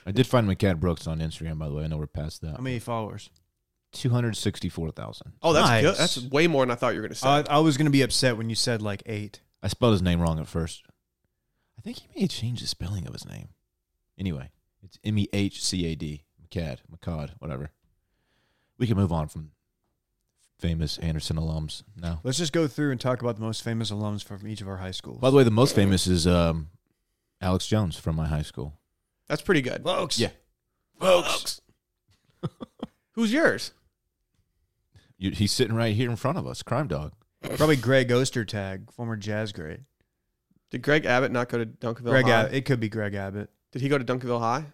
Speaker 3: I did find McCad Brooks on Instagram, by the way. I know we're past that.
Speaker 2: How many followers?
Speaker 3: two hundred sixty four thousand.
Speaker 1: Oh, that's
Speaker 2: Nice.
Speaker 1: good. That's way more than I thought you were gonna say.
Speaker 2: I, I was gonna be upset when you said like eight.
Speaker 3: I spelled his name wrong at first. I think he may have changed the spelling of his name. Anyway, it's M E H C A D, McCad, McCod, whatever. We can move on from famous Anderson alums now.
Speaker 2: Let's just go through and talk about the most famous alums from each of our high schools.
Speaker 3: By the way, the most famous is um, Alex Jones from my high school.
Speaker 1: that's pretty good, folks.
Speaker 3: Yeah.
Speaker 1: folks. Who's yours?
Speaker 3: You, he's sitting right here in front of us, crime dog.
Speaker 2: Probably Greg Ostertag, former jazz great.
Speaker 1: Did Greg Abbott not go to Dunkerville
Speaker 2: Greg,
Speaker 1: High?
Speaker 2: Ab- it could be Greg Abbott.
Speaker 1: Did he go to Dunkerville High?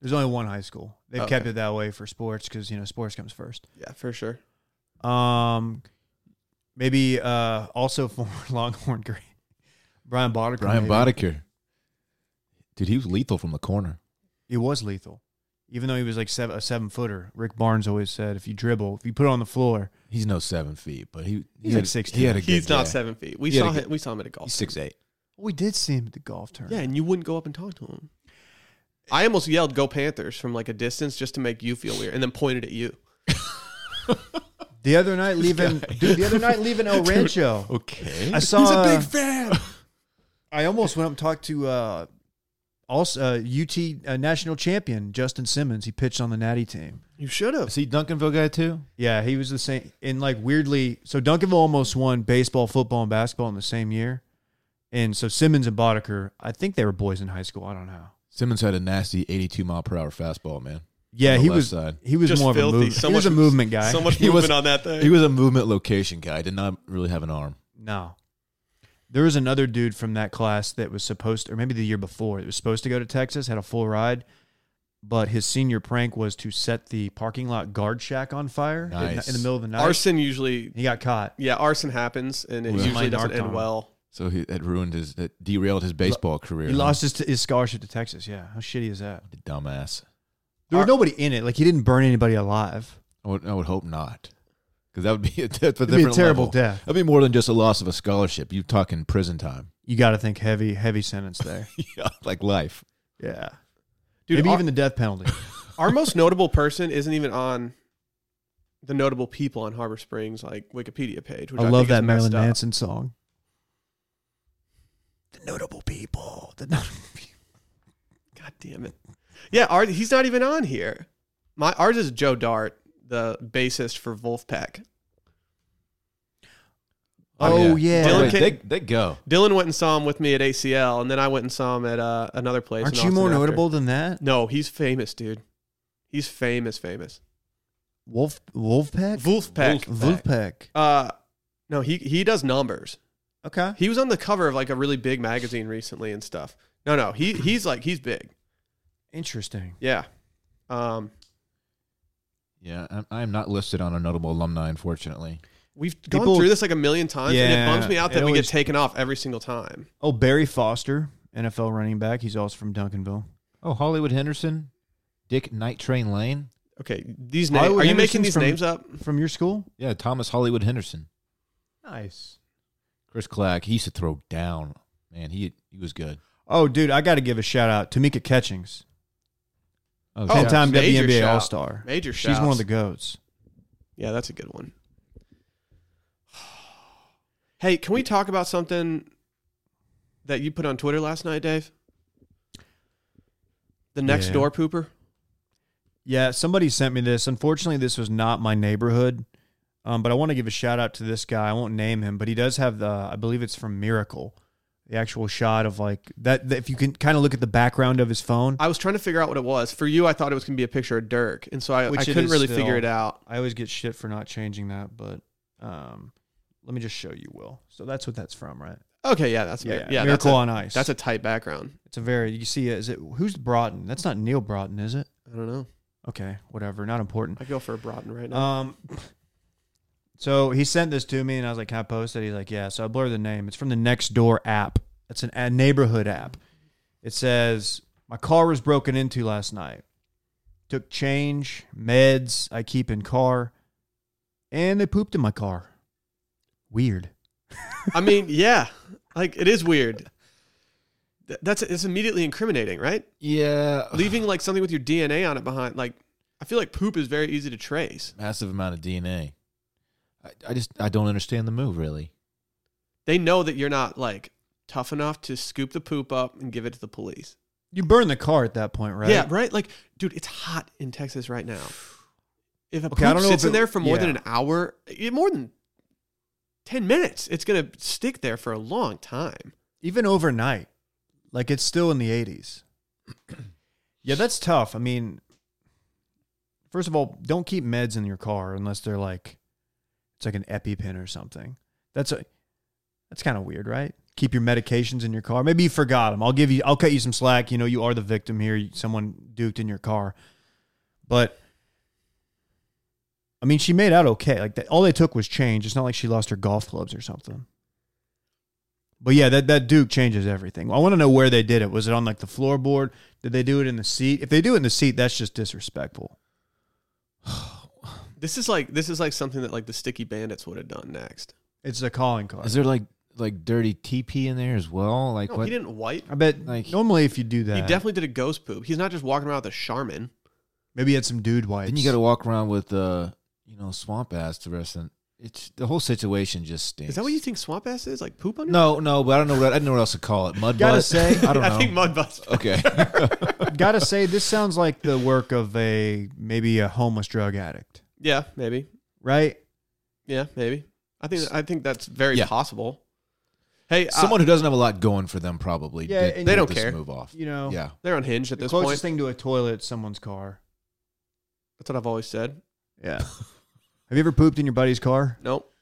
Speaker 2: There's only one high school. They've
Speaker 1: Okay.
Speaker 2: kept it that way for sports because you know sports comes first.
Speaker 1: Yeah, for sure.
Speaker 2: Um, maybe uh also former Longhorn great Brian Boddicker.
Speaker 3: Brian
Speaker 2: maybe.
Speaker 3: Boddicker. Dude, he was lethal from the corner.
Speaker 2: He was lethal. Even though he was like seven, a seven footer, Rick Barnes always said, if you dribble, if you put it on the floor,
Speaker 3: He's no seven feet, but he
Speaker 2: He's
Speaker 3: he
Speaker 2: like
Speaker 3: had-
Speaker 2: 16.
Speaker 3: He had a good
Speaker 1: He's not
Speaker 3: day.
Speaker 1: seven feet. We
Speaker 3: He had
Speaker 1: saw
Speaker 3: a
Speaker 1: him.
Speaker 3: good-
Speaker 1: We saw him at a golf.
Speaker 3: He's six eight.
Speaker 2: we did see him at the golf
Speaker 1: Yeah,
Speaker 2: tournament.
Speaker 1: and you wouldn't go up and talk to him. I almost yelled "Go Panthers" from like a distance just to make you feel weird, and then pointed at you.
Speaker 2: The other night, leaving dude, the other night leaving El Rancho,
Speaker 3: Okay,
Speaker 2: I saw.
Speaker 3: He's a big
Speaker 2: uh,
Speaker 3: fan.
Speaker 2: I almost went up and talked to uh, also uh, UT uh, national champion Justin Simmons. He pitched on the Natty team.
Speaker 1: You should have.
Speaker 3: Is he Duncanville guy too?
Speaker 2: Yeah, he was the same. And like weirdly, so Duncanville almost won baseball, football, and basketball in the same year. And so Simmons and Boddicker, I think they were boys in high school. I don't know.
Speaker 3: Simmons had a nasty 82 mile per hour fastball, man.
Speaker 2: Yeah,
Speaker 3: On the
Speaker 2: he
Speaker 3: left
Speaker 2: was.
Speaker 3: side.
Speaker 2: He was
Speaker 1: Just
Speaker 2: more of a
Speaker 1: filthy.
Speaker 2: movement.
Speaker 1: So
Speaker 2: he was a
Speaker 1: much-
Speaker 2: movement guy.
Speaker 1: So much
Speaker 3: He was-
Speaker 1: movement on that thing.
Speaker 3: He was a movement location guy. Did not really have an arm.
Speaker 2: No. There was another dude from that class that was supposed to, or maybe the year before, that was supposed to go to Texas, had a full ride, but his senior prank was to set the parking lot guard shack on fire at-
Speaker 3: Nice.
Speaker 2: in the middle of the night.
Speaker 1: arson usually,
Speaker 2: He got caught.
Speaker 1: yeah, arson happens, and it
Speaker 3: Well.
Speaker 1: usually
Speaker 2: Mine
Speaker 1: doesn't
Speaker 2: narked on
Speaker 1: end
Speaker 2: him.
Speaker 1: well.
Speaker 3: So he it ruined his it derailed his baseball career.
Speaker 2: He
Speaker 3: huh?
Speaker 2: lost his, his scholarship to Texas. Yeah. How shitty is that?
Speaker 3: dumbass.
Speaker 2: There was
Speaker 1: Ar-
Speaker 2: nobody in it. Like, he didn't burn anybody alive.
Speaker 3: I would, I would hope not, because that would be a, that's a
Speaker 2: It'd be a
Speaker 3: different
Speaker 2: terrible
Speaker 3: level.
Speaker 2: death.
Speaker 3: That'd be more than just a loss of a scholarship. You're talking prison time.
Speaker 2: You got to think heavy, heavy sentence there.
Speaker 3: yeah, like life.
Speaker 2: yeah.
Speaker 1: Dude,
Speaker 2: maybe
Speaker 1: our,
Speaker 2: even the death penalty.
Speaker 1: our most notable person isn't even on the notable people on Harbor Springs like Wikipedia page. Which
Speaker 2: I
Speaker 1: I,
Speaker 2: love
Speaker 1: think is
Speaker 2: that Marilyn
Speaker 1: messed up.
Speaker 2: Manson song. The notable people. The notable people.
Speaker 1: God damn it. Yeah, our, he's not even on here. My ours is Joe Dart, the bassist for Wolfpack.
Speaker 2: Oh, yeah.
Speaker 1: Dylan
Speaker 3: Wait,
Speaker 1: Kane-
Speaker 3: they, they go.
Speaker 1: Dylan went and saw him with me at ACL, and then I went and saw him at uh, another place. in
Speaker 2: Aren't you
Speaker 1: Austin
Speaker 2: more
Speaker 1: after.
Speaker 2: notable than that?
Speaker 1: No, he's famous, dude. He's famous, famous.
Speaker 2: Wolf Wolfpack?
Speaker 1: Wolfpack.
Speaker 2: Wolfpack.
Speaker 1: Uh, no, he he does numbers.
Speaker 2: Okay.
Speaker 1: He was on the cover of like a really big magazine recently and stuff. No, no, he he's like he's big.
Speaker 2: Interesting.
Speaker 1: Yeah. Um,
Speaker 3: Yeah, I'm, I'm not listed on a notable alumni, unfortunately.
Speaker 1: we've
Speaker 2: People-
Speaker 1: gone through this like a million times, and
Speaker 2: Yeah,
Speaker 1: it bums me out
Speaker 2: it
Speaker 1: that we get
Speaker 2: always-
Speaker 1: taken off every single time.
Speaker 2: Oh, Barry Foster, NFL running back. He's also from Duncanville.
Speaker 3: Oh, Hollywood Henderson, Dick Night Train Lane.
Speaker 1: Okay, these names. Are
Speaker 2: Hollywood
Speaker 1: you making
Speaker 2: Henderson's
Speaker 1: these
Speaker 2: from-
Speaker 1: names up?
Speaker 2: From your school?
Speaker 3: Yeah, Thomas Hollywood Henderson,
Speaker 2: Nice.
Speaker 3: Chris Clack. He used to throw down. Man, he he was good.
Speaker 2: Oh, dude, I got to give a shout out to Mika Catchings,
Speaker 3: Oh,
Speaker 2: 10
Speaker 1: yeah.
Speaker 2: time
Speaker 1: Major
Speaker 2: WNBA
Speaker 1: shout.
Speaker 2: All Star.
Speaker 1: Major
Speaker 2: She's
Speaker 1: shouts.
Speaker 2: one of the GOATs.
Speaker 1: Yeah, that's a good one. Hey, can we talk about something that you put on Twitter last night, Dave? The next
Speaker 2: Yeah.
Speaker 1: door pooper.
Speaker 2: Yeah, somebody sent me this. Unfortunately, this was not my neighborhood, um, but I want to give a shout out to this guy. I won't name him, but he does have the, I believe it's from Miracle, the actual shot of like that. that if you can kind of look at the background of his phone,
Speaker 1: I was trying to figure out what it was. For you, I thought it was going to be a picture of Dirk, and so I,
Speaker 2: Which
Speaker 1: I
Speaker 2: it
Speaker 1: couldn't
Speaker 2: is
Speaker 1: really
Speaker 2: still.
Speaker 1: figure it out.
Speaker 2: I always get shit for not changing that, but um, let me just show you, Will. So that's what that's from, right?
Speaker 1: Okay, yeah, that's yeah, yeah that's,
Speaker 2: Miracle
Speaker 1: a,
Speaker 2: on Ice.
Speaker 1: that's a tight background.
Speaker 2: it's a very, you see, is it, who's Broughton? That's not Neil Broughton, is it?
Speaker 1: I don't know.
Speaker 2: Okay, whatever, not important.
Speaker 1: I go for a Broughton right now.
Speaker 2: Um, so he sent this to me, and I was like, "Can I post it?" He's like, "Yeah." So I blur the name. It's from the Next Door app. It's an a neighborhood app. It says, "My car was broken into last night. Took change, meds I keep in car, and they pooped in my car. Weird.
Speaker 1: I mean, yeah, like it is weird. Th- That's it's immediately incriminating, right?
Speaker 3: yeah.
Speaker 1: Leaving like something with your DNA on it behind. Like, I feel like poop is very easy to trace.
Speaker 3: Massive amount of DNA. I, I just I don't understand the move really.
Speaker 1: they know that you're not like tough enough to scoop the poop up and give it to the police.
Speaker 2: You burn the car at that point, right?
Speaker 1: Yeah, right. Like, dude, it's hot in Texas right now. If a
Speaker 2: Okay, I
Speaker 1: poop
Speaker 2: don't know
Speaker 1: sits
Speaker 2: if
Speaker 1: in
Speaker 2: it-
Speaker 1: there for more than
Speaker 2: yeah.
Speaker 1: an hour, eh, more than ten minutes, it's gonna stick there for a long time.
Speaker 2: even overnight. Like it's still in the 80s. yeah, that's tough. I mean, first of all, don't keep meds in your car unless they're like it's like an EpiPen or something. That's a that's kind of weird, right? Keep your medications in your car. Maybe you forgot them. I'll give you I'll cut you some slack. You know, you are the victim here. Someone duked in your car. But I mean, she made out okay. Like that, all they took was change. It's not like she lost her golf clubs or something. But yeah, that, that Duke changes everything. I want to know where they did it. Was it on like the floorboard? Did they do it in the seat? If they do it in the seat, that's just disrespectful.
Speaker 1: This is like this is like something that like the Sticky Bandits would have done next.
Speaker 2: It's a calling card.
Speaker 3: Is there like like dirty TP in there as well? Like
Speaker 1: No,
Speaker 3: what?
Speaker 1: he didn't wipe.
Speaker 2: I bet
Speaker 3: Like-
Speaker 2: normally if you do that,
Speaker 1: He definitely did a ghost poop. He's not just walking around with a Charmin.
Speaker 2: maybe you had some dude wipes.
Speaker 3: Then you got to walk around with uh, you know, swamp ass the rest. And it's the whole situation just stinks.
Speaker 1: Is that what you think swamp ass is? Like poop on your
Speaker 3: No, no, but I don't know what I don't know what else to call it. Mud
Speaker 2: Gotta
Speaker 3: butt?
Speaker 2: say-
Speaker 3: I don't know.
Speaker 1: I think mud butts.
Speaker 3: okay.
Speaker 2: gotta say this sounds like the work of a maybe a homeless drug addict,
Speaker 1: Yeah, maybe.
Speaker 2: right?
Speaker 1: Yeah, maybe. I think I think that's very
Speaker 3: Yeah.
Speaker 1: possible. Hey, uh,
Speaker 3: Someone who doesn't have a lot going for them probably.
Speaker 2: Yeah,
Speaker 3: did,
Speaker 2: and
Speaker 1: They
Speaker 3: did
Speaker 1: don't
Speaker 3: this
Speaker 1: care.
Speaker 3: Move off.
Speaker 2: You know,
Speaker 3: Yeah.
Speaker 1: I, they're unhinged at
Speaker 2: the
Speaker 1: this
Speaker 2: closest
Speaker 1: point.
Speaker 2: thing to a toilet, is someone's car.
Speaker 1: That's what I've always said.
Speaker 2: Yeah. Have you ever pooped in your buddy's car?
Speaker 1: Nope.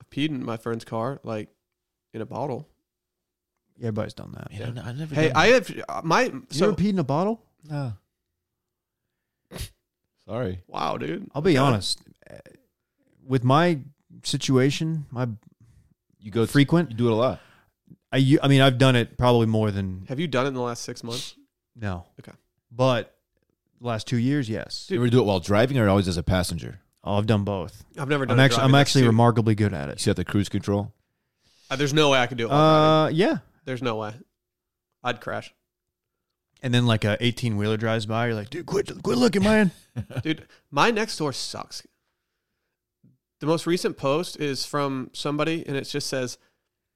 Speaker 1: I peed in my friend's car, like in a bottle.
Speaker 2: Yeah, everybody's done that.
Speaker 3: Man, I don't- I never.
Speaker 1: Hey,
Speaker 3: done
Speaker 1: I have uh, my
Speaker 2: You ever
Speaker 1: so
Speaker 2: peed in a bottle?
Speaker 3: that. No. Sorry.
Speaker 1: wow, dude.
Speaker 2: I'll be
Speaker 1: Yeah.
Speaker 2: honest. Uh, With my situation, my
Speaker 3: You go
Speaker 2: frequent,
Speaker 3: You do it a lot.
Speaker 2: I, u- I mean, I've done it probably more than
Speaker 1: Have you done it in the last six months?
Speaker 2: no.
Speaker 1: Okay.
Speaker 2: But last two years, yes.
Speaker 3: Do you ever do it while driving or always as a passenger?
Speaker 2: Oh, I've done both.
Speaker 1: I've never done.
Speaker 2: I'm
Speaker 1: it
Speaker 2: actually,
Speaker 1: driving.
Speaker 2: I'm
Speaker 1: That's
Speaker 2: actually
Speaker 1: too-
Speaker 2: remarkably good at
Speaker 3: You
Speaker 2: it.
Speaker 3: set the cruise control.
Speaker 1: Uh, There's no way I could do it. while driving.
Speaker 2: Uh, yeah.
Speaker 1: There's no way. I'd crash,
Speaker 2: And then like a 18 wheeler drives by, you're like, dude, quit, quit looking, man.
Speaker 1: dude. My next door sucks. The most recent post is from somebody, and it just says,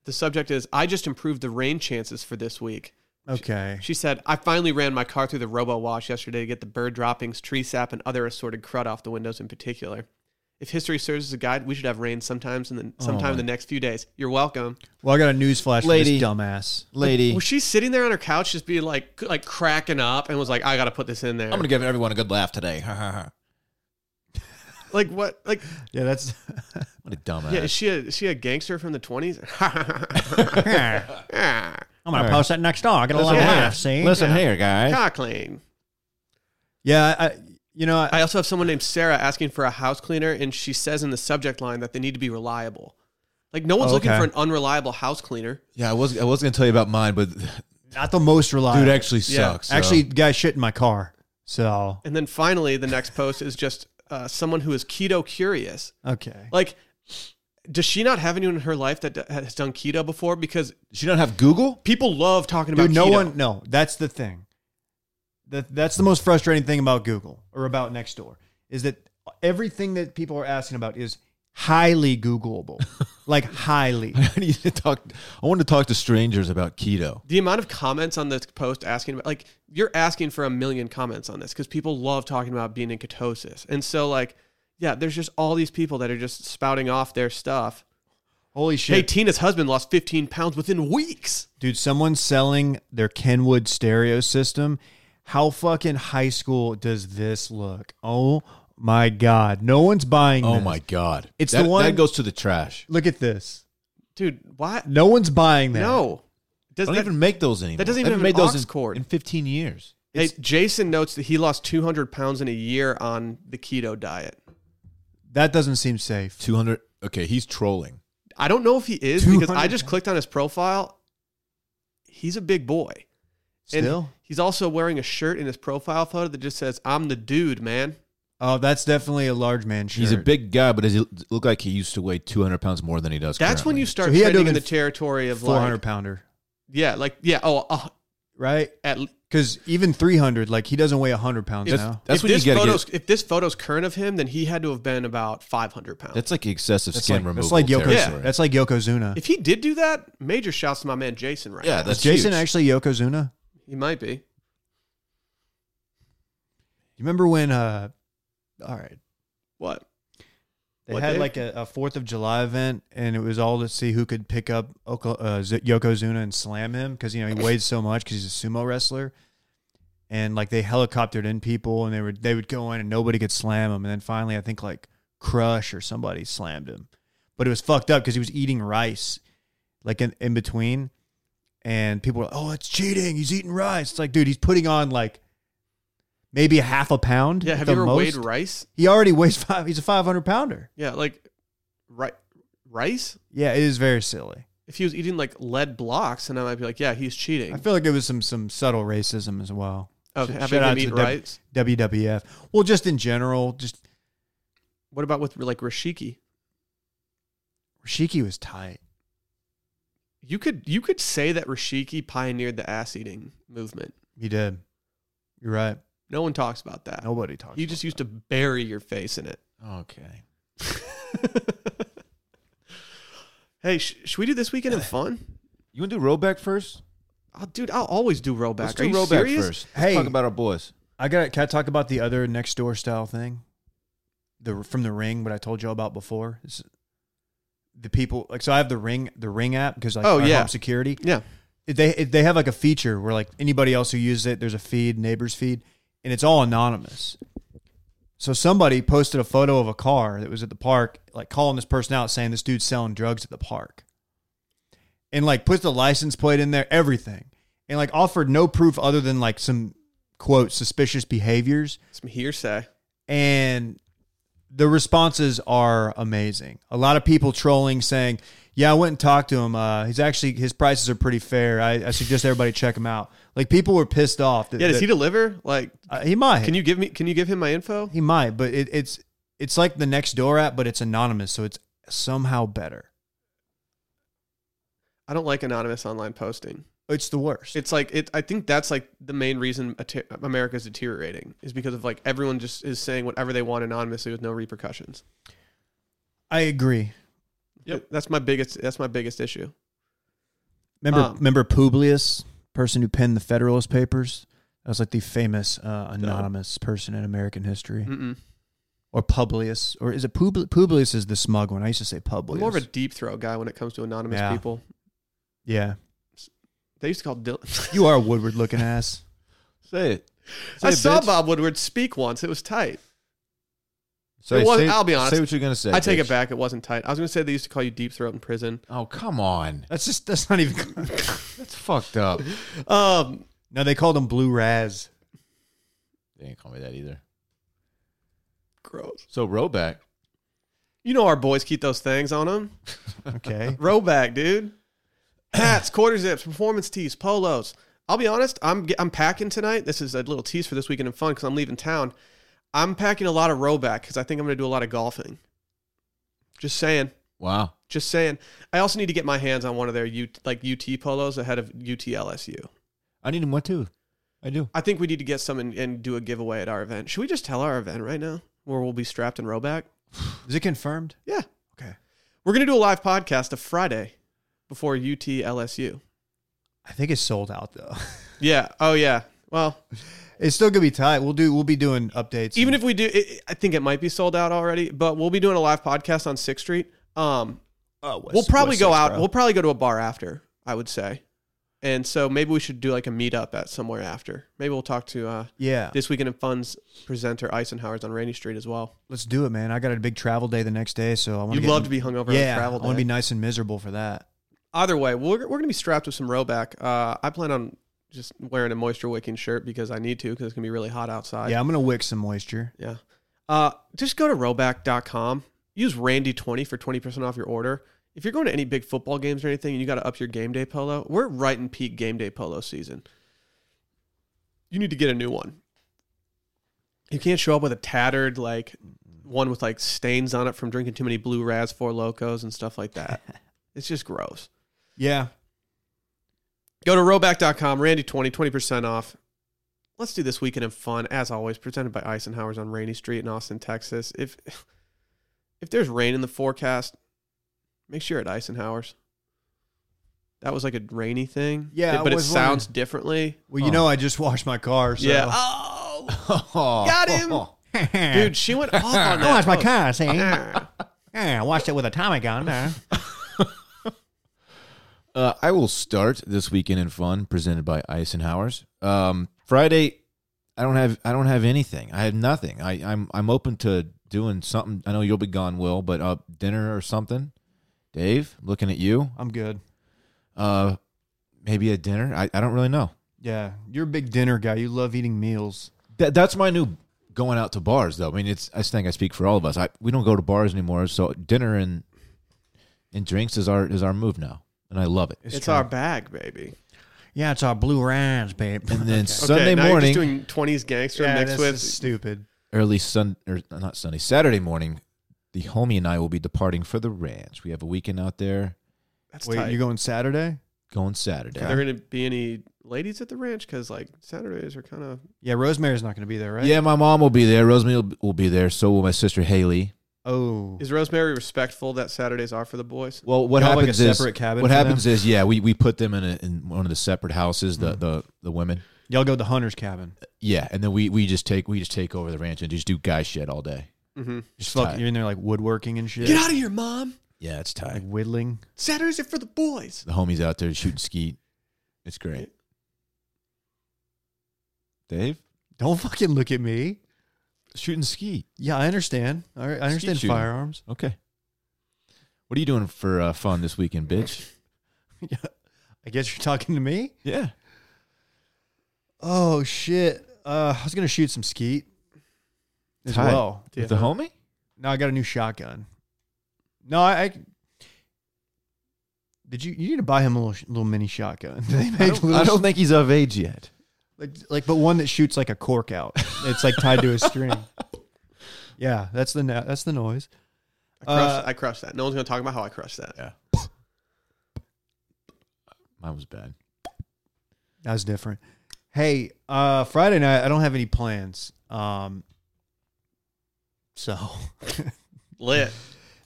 Speaker 1: "The subject is I just improved the rain chances for this week."
Speaker 2: okay.
Speaker 1: She said, I finally ran my car through the robo wash yesterday to get the bird droppings, tree sap, and other assorted crud off the windows in particular. If history serves as a guide, we should have rain sometimes in
Speaker 3: Oh
Speaker 1: the sometime in the next few days. You're welcome.
Speaker 2: Well, I got a news flash for
Speaker 3: Lady.
Speaker 2: this dumbass.
Speaker 3: Lady,
Speaker 1: Well, she's sitting there on her couch, just being like, like cracking up, and was like, "I got to put this in there."
Speaker 3: I'm gonna give everyone a good laugh today. what
Speaker 1: like what? Like
Speaker 2: Yeah, that's.
Speaker 3: a dumbass.
Speaker 1: yeah,
Speaker 2: Uh,
Speaker 1: is she a is she a gangster from the twenties?
Speaker 2: I'm gonna post that next door. I got a lot
Speaker 1: Yeah.
Speaker 2: of laughs. See,
Speaker 3: Listen here, guys.
Speaker 1: Car clean.
Speaker 2: yeah, I, you know, I,
Speaker 1: I also have someone named Sarah asking for a house cleaner, and she says in the subject line that they need to be reliable. Like no one's
Speaker 2: Oh,
Speaker 1: looking
Speaker 2: okay.
Speaker 1: for an unreliable house cleaner.
Speaker 3: Yeah, I was I was gonna tell you about mine, but
Speaker 2: not the most reliable.
Speaker 3: dude actually
Speaker 1: Yeah.
Speaker 3: sucks. so-
Speaker 2: Actually, guy shit in my car. So
Speaker 1: And then finally, the next post is just uh, someone who is keto curious.
Speaker 2: okay,
Speaker 1: Like, does she not have anyone in her life that d- has done keto before? Because
Speaker 3: Does she don't have Google.
Speaker 1: people love talking about
Speaker 2: dude. No
Speaker 1: keto.
Speaker 2: one. No, that's the thing. That that's the most frustrating thing about Google or about Nextdoor is that everything that people are asking about is highly Googleable, like highly.
Speaker 3: I need to talk. I want to talk to strangers about keto.
Speaker 1: The amount of comments on this post asking about, like, you're asking for a million comments on this because people love talking about being in ketosis. And so, like, yeah, there's just all these people that are just spouting off their stuff.
Speaker 2: Holy shit,
Speaker 1: Hey, Tina's husband lost 15 pounds within weeks.
Speaker 2: dude! Someone's selling their Kenwood stereo system. How fucking high school does this look? Oh my god, no one's buying.
Speaker 3: Oh
Speaker 2: this.
Speaker 3: my god!
Speaker 2: It's
Speaker 3: That-
Speaker 2: the one-
Speaker 3: that goes to the trash.
Speaker 2: Look at this.
Speaker 1: Dude, why?
Speaker 2: No one's buying that.
Speaker 1: No.
Speaker 3: I
Speaker 1: Does
Speaker 3: don't
Speaker 1: that,
Speaker 3: even make those anymore.
Speaker 1: that doesn't
Speaker 3: They
Speaker 1: even
Speaker 3: haven't
Speaker 1: have
Speaker 3: made
Speaker 1: an
Speaker 3: those
Speaker 1: aux
Speaker 3: in,
Speaker 1: cord.
Speaker 3: in 15 years.
Speaker 1: Hey, Jason notes that he lost 200 pounds in a year on the keto diet.
Speaker 2: That doesn't seem safe.
Speaker 3: 200. Okay, he's trolling.
Speaker 1: I don't know if he is because I
Speaker 2: 200
Speaker 1: just clicked on his profile. He's a big boy. And
Speaker 2: Still?
Speaker 1: he's also wearing a shirt in his profile photo that just says, I'm the dude, man.
Speaker 2: Oh, that's definitely a large man shirt.
Speaker 3: He's a big guy, but does he look like he used to weigh 200 pounds more than he does?
Speaker 1: That's when you
Speaker 3: currently?
Speaker 1: start
Speaker 2: So he had to
Speaker 1: trending in
Speaker 2: have
Speaker 1: the
Speaker 2: been
Speaker 1: territory of
Speaker 2: 400
Speaker 1: like,
Speaker 2: pounder,
Speaker 1: yeah, like, yeah, oh, uh,
Speaker 2: right?
Speaker 1: at l-
Speaker 2: Because even 300, like he doesn't weigh 100 pounds
Speaker 1: If-
Speaker 2: now.
Speaker 3: That's
Speaker 1: if
Speaker 3: when you
Speaker 1: this
Speaker 3: gotta get-
Speaker 1: photo's if this photo's current of him, then he had to have been about 500 pounds.
Speaker 3: That's like excessive
Speaker 2: That's uh,
Speaker 3: skin
Speaker 2: like,
Speaker 3: removal.
Speaker 2: that's like Yoko.
Speaker 1: Yeah.
Speaker 3: territory.
Speaker 2: That's like Yokozuna.
Speaker 1: if he did do that, major shouts to my man Jason right
Speaker 3: yeah.
Speaker 1: now.
Speaker 3: That's
Speaker 2: Is Jason
Speaker 3: huge.
Speaker 2: actually Yokozuna?
Speaker 1: He might be.
Speaker 2: You remember when? uh All right,
Speaker 1: What?
Speaker 2: they
Speaker 1: What
Speaker 2: had
Speaker 1: day?
Speaker 2: like a, a Fourth of July event, and it was all to see who could pick up Oka, uh, Z- Yokozuna and slam him because you know he weighed so much because he's a sumo wrestler. And like they helicoptered in people, and they were they would go in, and nobody could slam him. And then finally, I think like Crush or somebody slammed him, but it was fucked up because he was eating rice, like in, in between, and people were like, "Oh, it's cheating! He's eating rice." It's like, dude, he's putting on like maybe a half a pound.
Speaker 1: Yeah,
Speaker 2: at
Speaker 1: have
Speaker 2: the
Speaker 1: you ever
Speaker 2: most.
Speaker 1: weighed rice?
Speaker 2: He already weighs five. He's a five hundred pounder.
Speaker 1: Yeah, like ri- rice?
Speaker 2: Yeah, it is very silly.
Speaker 1: if he was eating like lead blocks, and I might be like, yeah, he's cheating.
Speaker 2: I feel like it was some some subtle racism as well.
Speaker 1: of
Speaker 2: sh-
Speaker 1: having
Speaker 2: shout out
Speaker 1: him
Speaker 2: to
Speaker 1: eat
Speaker 2: W-
Speaker 1: rights.
Speaker 2: WWF. Well, just in general, just
Speaker 1: What about with like Rashiki?
Speaker 2: Rashiki was tight.
Speaker 1: You could you could say that Rashiki pioneered the ass eating movement.
Speaker 2: He did. You're right.
Speaker 1: No one talks about that.
Speaker 2: Nobody talks.
Speaker 1: you just used to bury your face in it.
Speaker 3: Oh, Okay.
Speaker 1: hey, sh- should we do this weekend in fun?
Speaker 3: You want to do Roback first?
Speaker 1: Oh, dude, I'll always do rollback.
Speaker 3: Let's
Speaker 1: Are
Speaker 3: do
Speaker 1: you
Speaker 3: Roback
Speaker 1: serious?
Speaker 3: first.
Speaker 2: Hey.
Speaker 3: Let's talk about our boys.
Speaker 2: I got. Can I talk about the other next door style thing? The from the ring, what I told you about before. It's the people like so. I have the ring, the ring app because like
Speaker 1: Oh,
Speaker 2: our
Speaker 1: yeah.
Speaker 2: home security.
Speaker 1: Yeah.
Speaker 2: They they have like a feature where like anybody else who uses it, there's a feed, neighbors feed, and it's all anonymous. So somebody posted a photo of a car that was at the park, like calling this person out, saying this dude's selling drugs at the park, and like puts the license plate in there, everything, and like offered no proof other than like some quote suspicious behaviors
Speaker 1: Some hearsay.
Speaker 2: and the responses are amazing. A lot of people trolling saying, "Yeah, I went and talked to him. Uh, he's actually his prices are pretty fair. I, I suggest everybody check him out." Like people were pissed off. That,
Speaker 1: Yeah, does he
Speaker 2: that-
Speaker 1: deliver? Like,
Speaker 2: uh, he might.
Speaker 1: can you give me? Can you give him my info?
Speaker 2: He might, but it, it's it's like the next door app, but it's anonymous, so it's somehow better.
Speaker 1: I don't like anonymous online posting.
Speaker 2: It's the worst.
Speaker 1: It's like it. I think that's like the main reason ate- America's deteriorating is because of like everyone just is saying whatever they want anonymously with no repercussions.
Speaker 2: I agree.
Speaker 1: Yep, that's my biggest. That's my biggest issue.
Speaker 2: Remember,
Speaker 1: Um,
Speaker 2: remember Publius, person who penned the Federalist Papers. That was like the famous uh, anonymous person in American history.
Speaker 1: Mm-mm.
Speaker 2: or Publius, or is it Publius? Publius is the smug one. I used to say
Speaker 1: I'm
Speaker 2: Publius.
Speaker 1: more of a deep throat guy when it comes to anonymous
Speaker 2: Yeah.
Speaker 1: people.
Speaker 2: yeah.
Speaker 1: They used to call Dylan.
Speaker 2: You are a Woodward looking ass.
Speaker 3: Say it. Say
Speaker 1: I
Speaker 3: it,
Speaker 1: saw
Speaker 3: bitch.
Speaker 1: Bob Woodward speak once. It was tight.
Speaker 3: Say,
Speaker 1: It was-
Speaker 3: say-
Speaker 1: I'll be honest.
Speaker 3: Say what you're gonna say.
Speaker 1: I take
Speaker 3: bitch.
Speaker 1: it back. It wasn't tight. I was gonna say they used to call you deep throat in prison.
Speaker 3: Oh come on.
Speaker 2: That's just that's not even.
Speaker 3: That's fucked up.
Speaker 1: Um,
Speaker 2: no, they called him Blue Raz.
Speaker 3: They didn't call me that either.
Speaker 1: gross.
Speaker 3: So Roback.
Speaker 1: You know our boys keep those things on them.
Speaker 2: Okay.
Speaker 1: Rowback, dude. Hats, quarter zips, performance tees, polos. I'll be honest, I'm ge- I'm packing tonight. This is a little tease for this weekend in fun because I'm leaving town. I'm packing a lot of rowback because I think I'm going to do a lot of golfing. Just saying,
Speaker 3: Wow.
Speaker 1: just saying. I also need to get my hands on one of their U, like UT polos ahead of UTLSU.
Speaker 3: I need him one too. I do.
Speaker 1: I think we need to get some and, and do a giveaway at our event. Should we just tell our event right now where we'll be strapped in rowback?
Speaker 2: Is it confirmed?
Speaker 1: Yeah,
Speaker 2: Okay.
Speaker 1: we're going to do a live podcast of Friday before UTLSU.
Speaker 2: I think it's sold out though.
Speaker 1: Yeah. Oh yeah. Well,
Speaker 2: It's still gonna be tight. We'll do. We'll be doing updates.
Speaker 1: even if we do it, i think it might be sold out already but we'll be doing a live podcast on sixth street um,
Speaker 2: oh, West-
Speaker 1: we'll probably
Speaker 2: West
Speaker 1: go
Speaker 2: Six,
Speaker 1: out
Speaker 2: bro.
Speaker 1: we'll probably go to a bar after i would say and so maybe we should do like a meetup at somewhere after maybe we'll talk to uh,
Speaker 2: yeah.
Speaker 1: this weekend in funds presenter eisenhower's on rainy street as well
Speaker 2: Let's do it, man. I got a big travel day the next day, so I want
Speaker 1: you'd
Speaker 2: get,
Speaker 1: love to be hungover
Speaker 2: yeah.
Speaker 1: on travel
Speaker 2: I want to
Speaker 1: day
Speaker 2: be nice and miserable for that.
Speaker 1: either way we're, we're going to be strapped with some rowback uh, i plan on just wearing a moisture wicking shirt because i need to because it's going to be really hot outside
Speaker 2: yeah, I'm gonna wick some moisture.
Speaker 1: Yeah. Uh, just go to roback.com. Use Randy20 for 20% off your order. If you're going to any big football games or anything and you got to up your game day polo, we're right in peak game day polo season. You need to get a new one. You can't show up with a tattered, like, one with like stains on it from drinking too many blue Raz Four Locos and stuff like that. it's just gross.
Speaker 2: Yeah.
Speaker 1: Go to roback.com, Randy20, 20% off. Let's do this weekend of fun, as always, presented by Eisenhower's on Rainy Street in Austin, Texas. If if there's rain in the forecast, make sure at Eisenhower's. That was like a rainy thing.
Speaker 2: Yeah,
Speaker 1: but
Speaker 2: I
Speaker 1: it
Speaker 2: was
Speaker 1: sounds differently.
Speaker 2: Well, you know, I just washed my car. So.
Speaker 1: Oh.
Speaker 2: uh,
Speaker 1: Yeah. Oh,
Speaker 3: Got
Speaker 1: him. dude, she went off on that.
Speaker 2: I washed Eh. my
Speaker 1: post.
Speaker 2: car. See, yeah,
Speaker 1: Ah.
Speaker 2: I washed it with a Tommy gun. uh.
Speaker 3: Uh, I will start this weekend in fun, presented by Eisenhower's. Um, Friday, I don't have I don't have anything. I have nothing. I, I'm I'm open to doing something. I know you'll be gone, Will, but uh, dinner or something. Dave, looking at you.
Speaker 2: I'm good.
Speaker 3: Uh, maybe a dinner. I, I don't really know.
Speaker 2: Yeah, you're a big dinner guy. You love eating meals.
Speaker 3: That that's my new going out to bars though. I mean, it's I think I speak for all of us. I we don't go to bars anymore, so dinner and and drinks is our is our move now. and I love it.
Speaker 1: It's, our bag, baby.
Speaker 2: yeah, it's our blue ranch, babe.
Speaker 3: And then
Speaker 2: Okay.
Speaker 3: Sunday
Speaker 1: now
Speaker 3: morning,
Speaker 1: you're just doing 20s gangster
Speaker 2: yeah,
Speaker 1: mixed
Speaker 2: this
Speaker 1: with.
Speaker 2: is stupid.
Speaker 3: early Sun or not Sunday, Saturday morning, the homie and I will be departing for the ranch. We have a weekend out there
Speaker 1: That's
Speaker 2: Wait,
Speaker 1: tight.
Speaker 2: you going Saturday?
Speaker 3: going Saturday.
Speaker 1: Are there going to be any ladies at the ranch? Because like Saturdays are kind of
Speaker 2: Yeah, Rosemary's not going to be there, right?
Speaker 3: Yeah, my mom will be there. Rosemary will, will be there. So will my sister Haley.
Speaker 2: Oh,
Speaker 1: Is Rosemary respectful that Saturdays are for the boys?
Speaker 3: Well, what
Speaker 2: Y'all have, like,
Speaker 3: happens
Speaker 2: a
Speaker 3: is
Speaker 2: separate cabin
Speaker 3: what
Speaker 2: for
Speaker 3: happens is yeah, we, we put them in a, in one of the separate houses. The
Speaker 2: Mm.
Speaker 3: the the women.
Speaker 2: y'all go to the hunter's cabin.
Speaker 3: Yeah, and then we, we just take we just take over the ranch and just do guy shit all day.
Speaker 1: Mm-hmm.
Speaker 2: Just
Speaker 3: tight.
Speaker 2: fucking, you're in there like woodworking and shit,
Speaker 1: out of here, mom!
Speaker 3: Yeah, it's
Speaker 2: like
Speaker 3: tight.
Speaker 2: whittling.
Speaker 1: Saturdays are for the boys.
Speaker 3: The homies out there shooting skeet. It's great. Dave
Speaker 2: Don't fucking look at me.
Speaker 3: shooting skeet.
Speaker 2: Yeah, I understand. All right, I understand
Speaker 3: shooting.
Speaker 2: firearms.
Speaker 3: Okay. What are you doing for uh, fun this weekend, bitch?
Speaker 2: yeah, I guess you're talking to me.
Speaker 3: yeah.
Speaker 2: Oh shit! Uh, I was gonna shoot some skeet as
Speaker 3: Tight.
Speaker 2: well.
Speaker 1: Yeah.
Speaker 3: With the homie?
Speaker 2: No, I got a new shotgun. No, I. I did you? You need to buy him a little, sh- little mini shotgun. Do they make
Speaker 3: I don't,
Speaker 2: little
Speaker 3: I don't think he's of age yet.
Speaker 2: like like but one that shoots like a cork out. It's like tied to a string. Yeah, that's the no- that's the noise.
Speaker 1: I crushed,
Speaker 2: Uh,
Speaker 1: I crushed that. No one's going to talk about how I crushed that.
Speaker 3: Mine was bad.
Speaker 2: That was different. Hey, uh Friday night I don't have any plans. Um so
Speaker 1: Lit.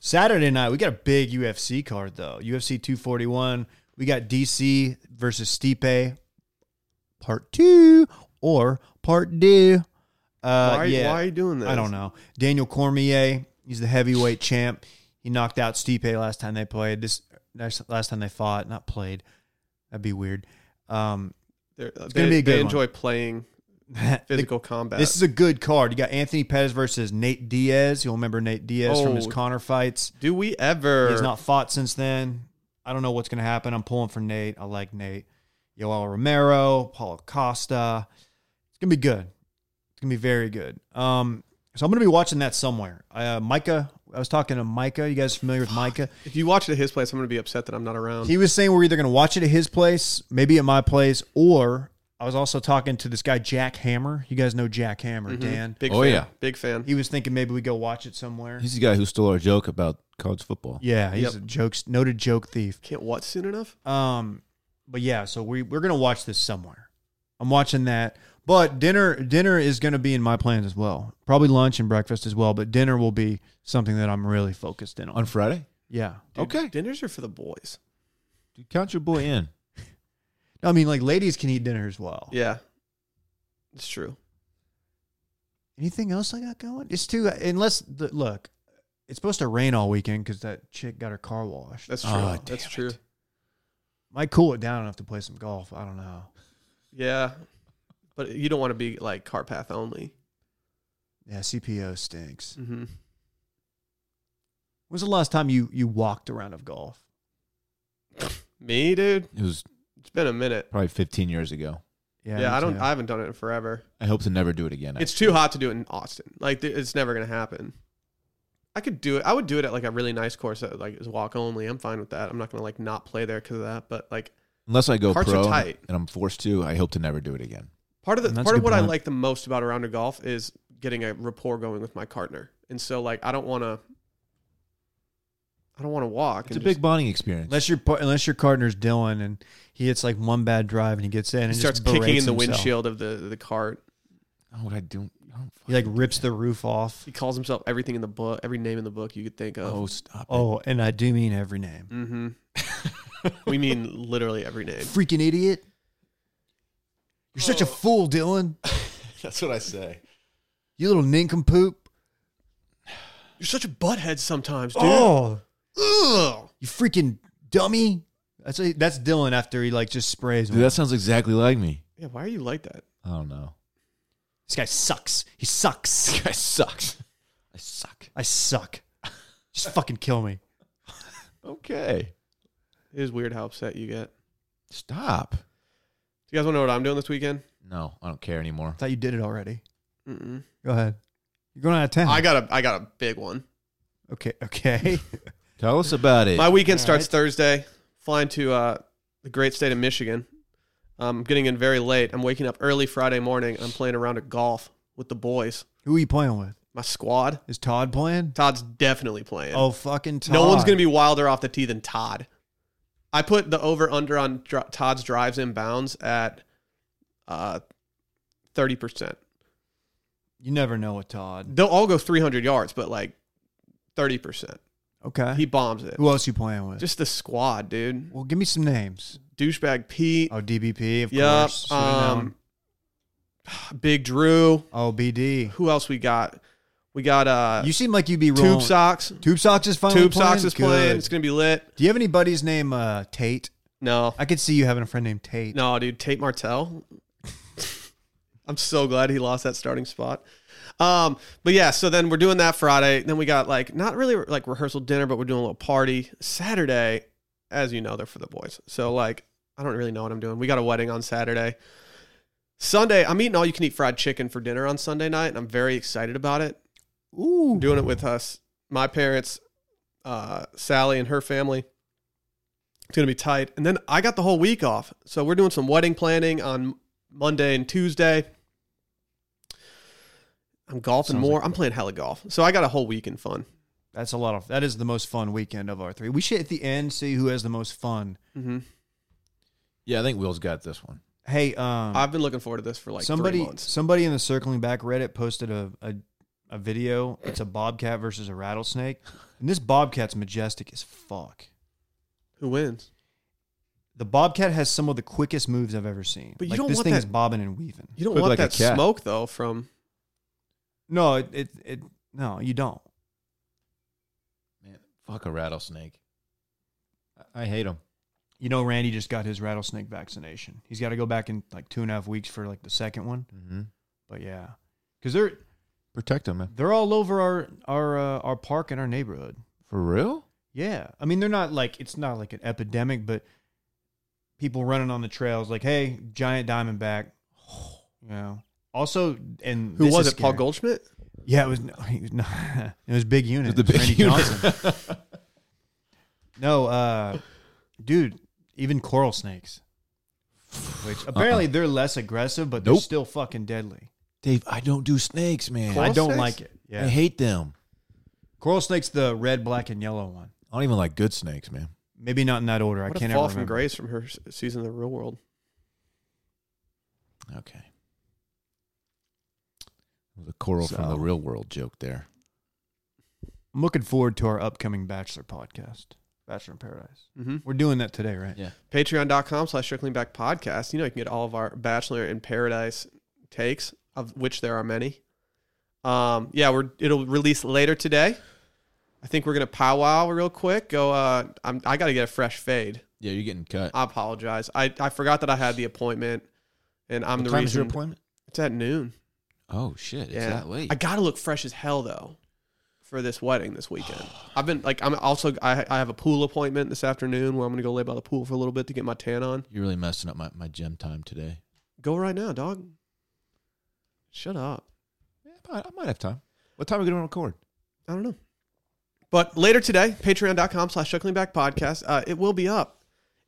Speaker 2: Saturday night we got a big UFC card though. UFC 241. We got DC versus Stipe part 2 or part 2. Uh
Speaker 1: why,
Speaker 2: yeah.
Speaker 1: why are you doing this?
Speaker 2: I don't know. Daniel Cormier, he's the heavyweight champ. He knocked out Stipe last time they played. This last last time they fought, not played. That'd be weird. Um,
Speaker 1: They're, it's
Speaker 2: gonna
Speaker 1: they,
Speaker 2: be a good
Speaker 1: They
Speaker 2: one.
Speaker 1: enjoy playing physical combat.
Speaker 2: this is a good card. You got Anthony Pettis versus Nate Diaz. You'll remember Nate Diaz from his
Speaker 1: Oh.
Speaker 2: Connor fights.
Speaker 1: Do we ever?
Speaker 2: He's not fought since then. I don't know what's going to happen. I'm pulling for Nate. I like Nate. Yoel Romero, Paulo Costa. It's going to be good. It's going to be very good. Um, so I'm going to be watching that somewhere. Uh, Micah, I was talking to Micah. You guys familiar with Micah?
Speaker 1: If you watch it at his place, I'm going to be upset that I'm not around.
Speaker 2: He was saying we're either going to watch it at his place, maybe at my place, or I was also talking to this guy, Jack Hammer. You guys know Jack Hammer,
Speaker 1: Mhm.
Speaker 2: Dan.
Speaker 1: Big
Speaker 3: Oh,
Speaker 1: fan.
Speaker 3: yeah.
Speaker 1: Big fan.
Speaker 2: He was thinking maybe we go watch it somewhere.
Speaker 3: He's the guy who stole our joke about college football.
Speaker 2: yeah, he's
Speaker 1: Yep.
Speaker 2: a jokes, noted joke thief.
Speaker 1: Can't watch soon enough?
Speaker 2: Um, but yeah, so we we're gonna watch this somewhere. I'm watching that, but dinner dinner is gonna be in my plans as well. Probably lunch and breakfast as well, but dinner will be something that I'm really focused in on.
Speaker 3: On Friday?
Speaker 2: Yeah,
Speaker 1: Dude,
Speaker 3: Okay.
Speaker 1: Dinners are for the boys.
Speaker 3: Dude, count your boy in.
Speaker 2: I mean, like ladies can eat dinner as well.
Speaker 1: Yeah. It's true.
Speaker 2: Anything else I got going? It's too unless the look. It's supposed to rain all weekend because that chick got her car washed.
Speaker 1: That's true.
Speaker 3: Oh, damn
Speaker 1: That's
Speaker 3: it.
Speaker 1: true.
Speaker 2: Might cool it down enough to play some golf. I don't know.
Speaker 1: Yeah. But you don't want to be like car path only.
Speaker 2: Yeah, CPO stinks.
Speaker 1: Mm-hmm.
Speaker 2: When's the last time you you walked around of golf?
Speaker 1: Me, dude.
Speaker 3: It was
Speaker 1: It's been a minute.
Speaker 3: probably 15 years ago.
Speaker 1: Yeah,
Speaker 2: me
Speaker 1: I don't.
Speaker 2: too.
Speaker 1: I haven't done it in forever.
Speaker 3: I hope to never do it again.
Speaker 1: It's too hot to do it in Austin. Like th- it's never gonna happen. I could do it. I would do it at like a really nice course that like is walk only. I'm fine with that. I'm not gonna like not play there because of that. But like
Speaker 3: Unless I go
Speaker 1: Hearts are
Speaker 3: pro
Speaker 1: tight.
Speaker 3: and I'm forced to, I hope to never do it again.
Speaker 1: part of the
Speaker 2: That's a
Speaker 1: part of
Speaker 2: good
Speaker 1: what I
Speaker 2: point.
Speaker 1: like the most about a round of golf is getting a rapport going with my partner. And so like I don't want to. I don't want to walk.
Speaker 3: It's a
Speaker 1: and
Speaker 3: big bonding experience.
Speaker 2: Unless your par- unless your partner's Dylan and he hits like one bad drive and he gets in and
Speaker 1: just,
Speaker 2: just
Speaker 1: starts kicking
Speaker 2: berates
Speaker 1: in the
Speaker 2: himself.
Speaker 1: windshield of the the cart.
Speaker 3: oh, what I do? I don't
Speaker 2: He like
Speaker 3: fucking-
Speaker 2: rips the roof off.
Speaker 1: He calls himself everything in the book, every name in the book you could think of.
Speaker 3: Oh, stop. Oh.
Speaker 2: Oh, and I do mean every name.
Speaker 1: Mm-hmm. we mean literally every name.
Speaker 2: Freaking idiot! You're such
Speaker 1: Oh.
Speaker 2: a fool, Dylan.
Speaker 3: That's what I say.
Speaker 2: You little nincompoop.
Speaker 1: You're such a butthead sometimes, dude.
Speaker 2: Oh,
Speaker 1: Ugh.
Speaker 2: you freaking dummy. That's a, that's Dylan after he like just sprays.
Speaker 3: Dude,
Speaker 2: one.
Speaker 3: that sounds exactly like me.
Speaker 1: Yeah, why are you like that?
Speaker 3: I don't know.
Speaker 2: This guy sucks. He sucks.
Speaker 3: guy sucks. I suck.
Speaker 2: I suck. Just fucking kill me.
Speaker 3: Okay.
Speaker 1: It is weird how upset you get.
Speaker 3: Stop.
Speaker 1: Do you guys want to know what I'm doing this weekend?
Speaker 3: No, I don't care anymore.
Speaker 2: Thought you did it already.
Speaker 1: Mm-mm.
Speaker 2: Go ahead. You're going out of town.
Speaker 1: I got a I got a big one.
Speaker 2: okay. Okay.
Speaker 3: Tell us about it.
Speaker 1: My weekend
Speaker 2: All
Speaker 1: starts
Speaker 2: right.
Speaker 1: Thursday. flying to uh, the great state of Michigan. I'm getting in very late. I'm waking up early Friday morning. I'm playing a round of golf with the boys,
Speaker 2: Who are you playing with?
Speaker 1: my squad.
Speaker 2: Is Todd playing?
Speaker 1: Todd's definitely playing.
Speaker 2: Oh, fucking Todd.
Speaker 1: No one's going to be wilder off the tee than Todd. I put the over under on dr- Todd's drives in bounds at uh, 30%.
Speaker 2: You never know with Todd.
Speaker 1: They'll all go 300 yards, but like 30%.
Speaker 2: Okay.
Speaker 1: He bombs it.
Speaker 2: Who else you playing with?
Speaker 1: Just the squad, dude.
Speaker 2: well, give me some names.
Speaker 1: Douchebag Pete.
Speaker 2: Oh, DBP, of
Speaker 1: yep.
Speaker 2: course. Should've known.
Speaker 1: Um, Big Drew.
Speaker 2: oh, BD.
Speaker 1: Who else we got? We got uh,
Speaker 2: You seem like you'd be rolling.
Speaker 1: Tube Socks.
Speaker 2: Tube Socks is finally
Speaker 1: Tube
Speaker 2: playing?
Speaker 1: Socks is playing.
Speaker 2: Good.
Speaker 1: It's going to be lit.
Speaker 2: Do you have any buddies named uh, Tate?
Speaker 1: No.
Speaker 2: I could see you having a friend named Tate.
Speaker 1: No, dude, Tate Martell. I'm so glad he lost that starting spot. Um, but yeah, so then we're doing that Friday. Then we got like not really like rehearsal dinner, but we're doing a little party Saturday. As you know, they're for the boys. So like, I don't really know what I'm doing. We got a wedding on Saturday. Sunday, I'm eating all you can eat fried chicken for dinner on Sunday night, and I'm very excited about it.
Speaker 2: Ooh.
Speaker 1: Doing it with us, my parents, uh, Sally and her family. It's gonna be tight. And then I got the whole week off, so we're doing some wedding planning on Monday and Tuesday. I'm golfing
Speaker 2: Sounds
Speaker 1: more. I'm playing hella golf, so I got a whole week in fun.
Speaker 2: That's a lot of. That is the most fun weekend of our three. We should at the end see who has the most fun.
Speaker 1: Mm-hmm.
Speaker 3: Yeah, I think Will's got this one.
Speaker 2: Hey, um,
Speaker 1: I've been looking forward to this for like
Speaker 2: somebody
Speaker 1: three months.
Speaker 2: somebody in the circling back Reddit posted a, a a video. It's a bobcat versus a rattlesnake, and this bobcat's majestic as fuck.
Speaker 1: Who wins?
Speaker 2: The bobcat has some of the quickest moves I've ever seen.
Speaker 1: But you
Speaker 2: Like,
Speaker 1: don't
Speaker 2: this
Speaker 1: want
Speaker 2: thing
Speaker 1: that-
Speaker 2: is bobbing and weaving.
Speaker 1: You don't
Speaker 3: Look
Speaker 1: want
Speaker 3: like a
Speaker 1: that
Speaker 3: cat.
Speaker 1: smoke though. From
Speaker 2: No, it, it it no, you don't.
Speaker 3: Man, fuck a rattlesnake. I, I hate him.
Speaker 2: You know, Randy just got his rattlesnake vaccination. He's got to go back in like two and a half weeks for like the second one.
Speaker 3: Mm-hmm.
Speaker 2: But yeah, because they're
Speaker 3: Protect him, man.
Speaker 2: they're all over our our uh, our park and our neighborhood.
Speaker 3: For real?
Speaker 2: Yeah, I mean they're not like it's not like an epidemic, but people running on the trails like, hey, giant diamondback. You know. Also, and
Speaker 1: who
Speaker 2: this
Speaker 1: was
Speaker 2: is
Speaker 1: it? Paul
Speaker 2: scary.
Speaker 1: Goldschmidt.
Speaker 2: Yeah, it was. No, he was not, it was big unit.
Speaker 3: The
Speaker 2: It was
Speaker 3: big
Speaker 2: Randy
Speaker 3: unit.
Speaker 2: Johnson. no, uh, dude, even coral snakes, which apparently
Speaker 1: Uh-uh.
Speaker 2: they're less aggressive, but they're
Speaker 3: Nope.
Speaker 2: still fucking deadly.
Speaker 3: Dave, I don't do snakes, man.
Speaker 1: Coral
Speaker 2: I don't
Speaker 1: snakes?
Speaker 2: like it.
Speaker 3: I
Speaker 2: Yeah,
Speaker 3: hate them.
Speaker 2: coral snakes, the red, black, and yellow one.
Speaker 3: I don't even like good snakes, man.
Speaker 2: Maybe not in that order.
Speaker 1: What
Speaker 2: I can't
Speaker 1: a
Speaker 2: ever
Speaker 1: fall from
Speaker 2: remember.
Speaker 1: grace from her s- season of the Real World.
Speaker 3: Okay. The coral from the
Speaker 2: So-
Speaker 3: real world joke there.
Speaker 2: I'm looking forward to our upcoming Bachelor podcast, Bachelor in Paradise.
Speaker 1: Mm-hmm.
Speaker 2: We're doing that today, right?
Speaker 3: Yeah.
Speaker 1: patreon.com slash circling back podcast you know you can get all of our bachelor in paradise takes of which there are many um yeah we're it'll release later today i think we're gonna powwow real quick go uh I'm, i gotta get a fresh fade
Speaker 3: Yeah, you're getting cut.
Speaker 1: i apologize i i forgot that i had the appointment and i'm the reason
Speaker 3: appointment?
Speaker 1: it's at noon
Speaker 3: Oh shit, it's
Speaker 1: Yeah.
Speaker 3: that late.
Speaker 1: i gotta look fresh as hell though for this wedding this weekend i've been like i'm also I, I have a pool appointment this afternoon where i'm gonna go lay by the pool for a little bit to get my tan on
Speaker 3: You're really messing up my, my gym time today.
Speaker 1: Go right now, dog. Shut up.
Speaker 3: Yeah, I might, I might have time. What time are we gonna record?
Speaker 1: I don't know. But later today, patreon.com slash chuckling back podcast, uh, it will be up.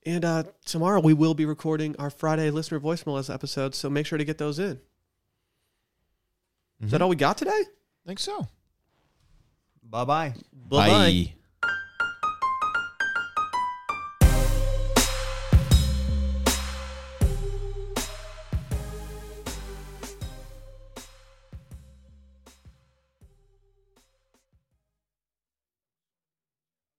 Speaker 1: And uh, tomorrow we will be recording our Friday listener voicemail as episodes, so make sure to get those in. Mm-hmm. Is that all we got today?
Speaker 3: think so.
Speaker 2: Bye bye.
Speaker 1: Bye-bye.
Speaker 3: Bye.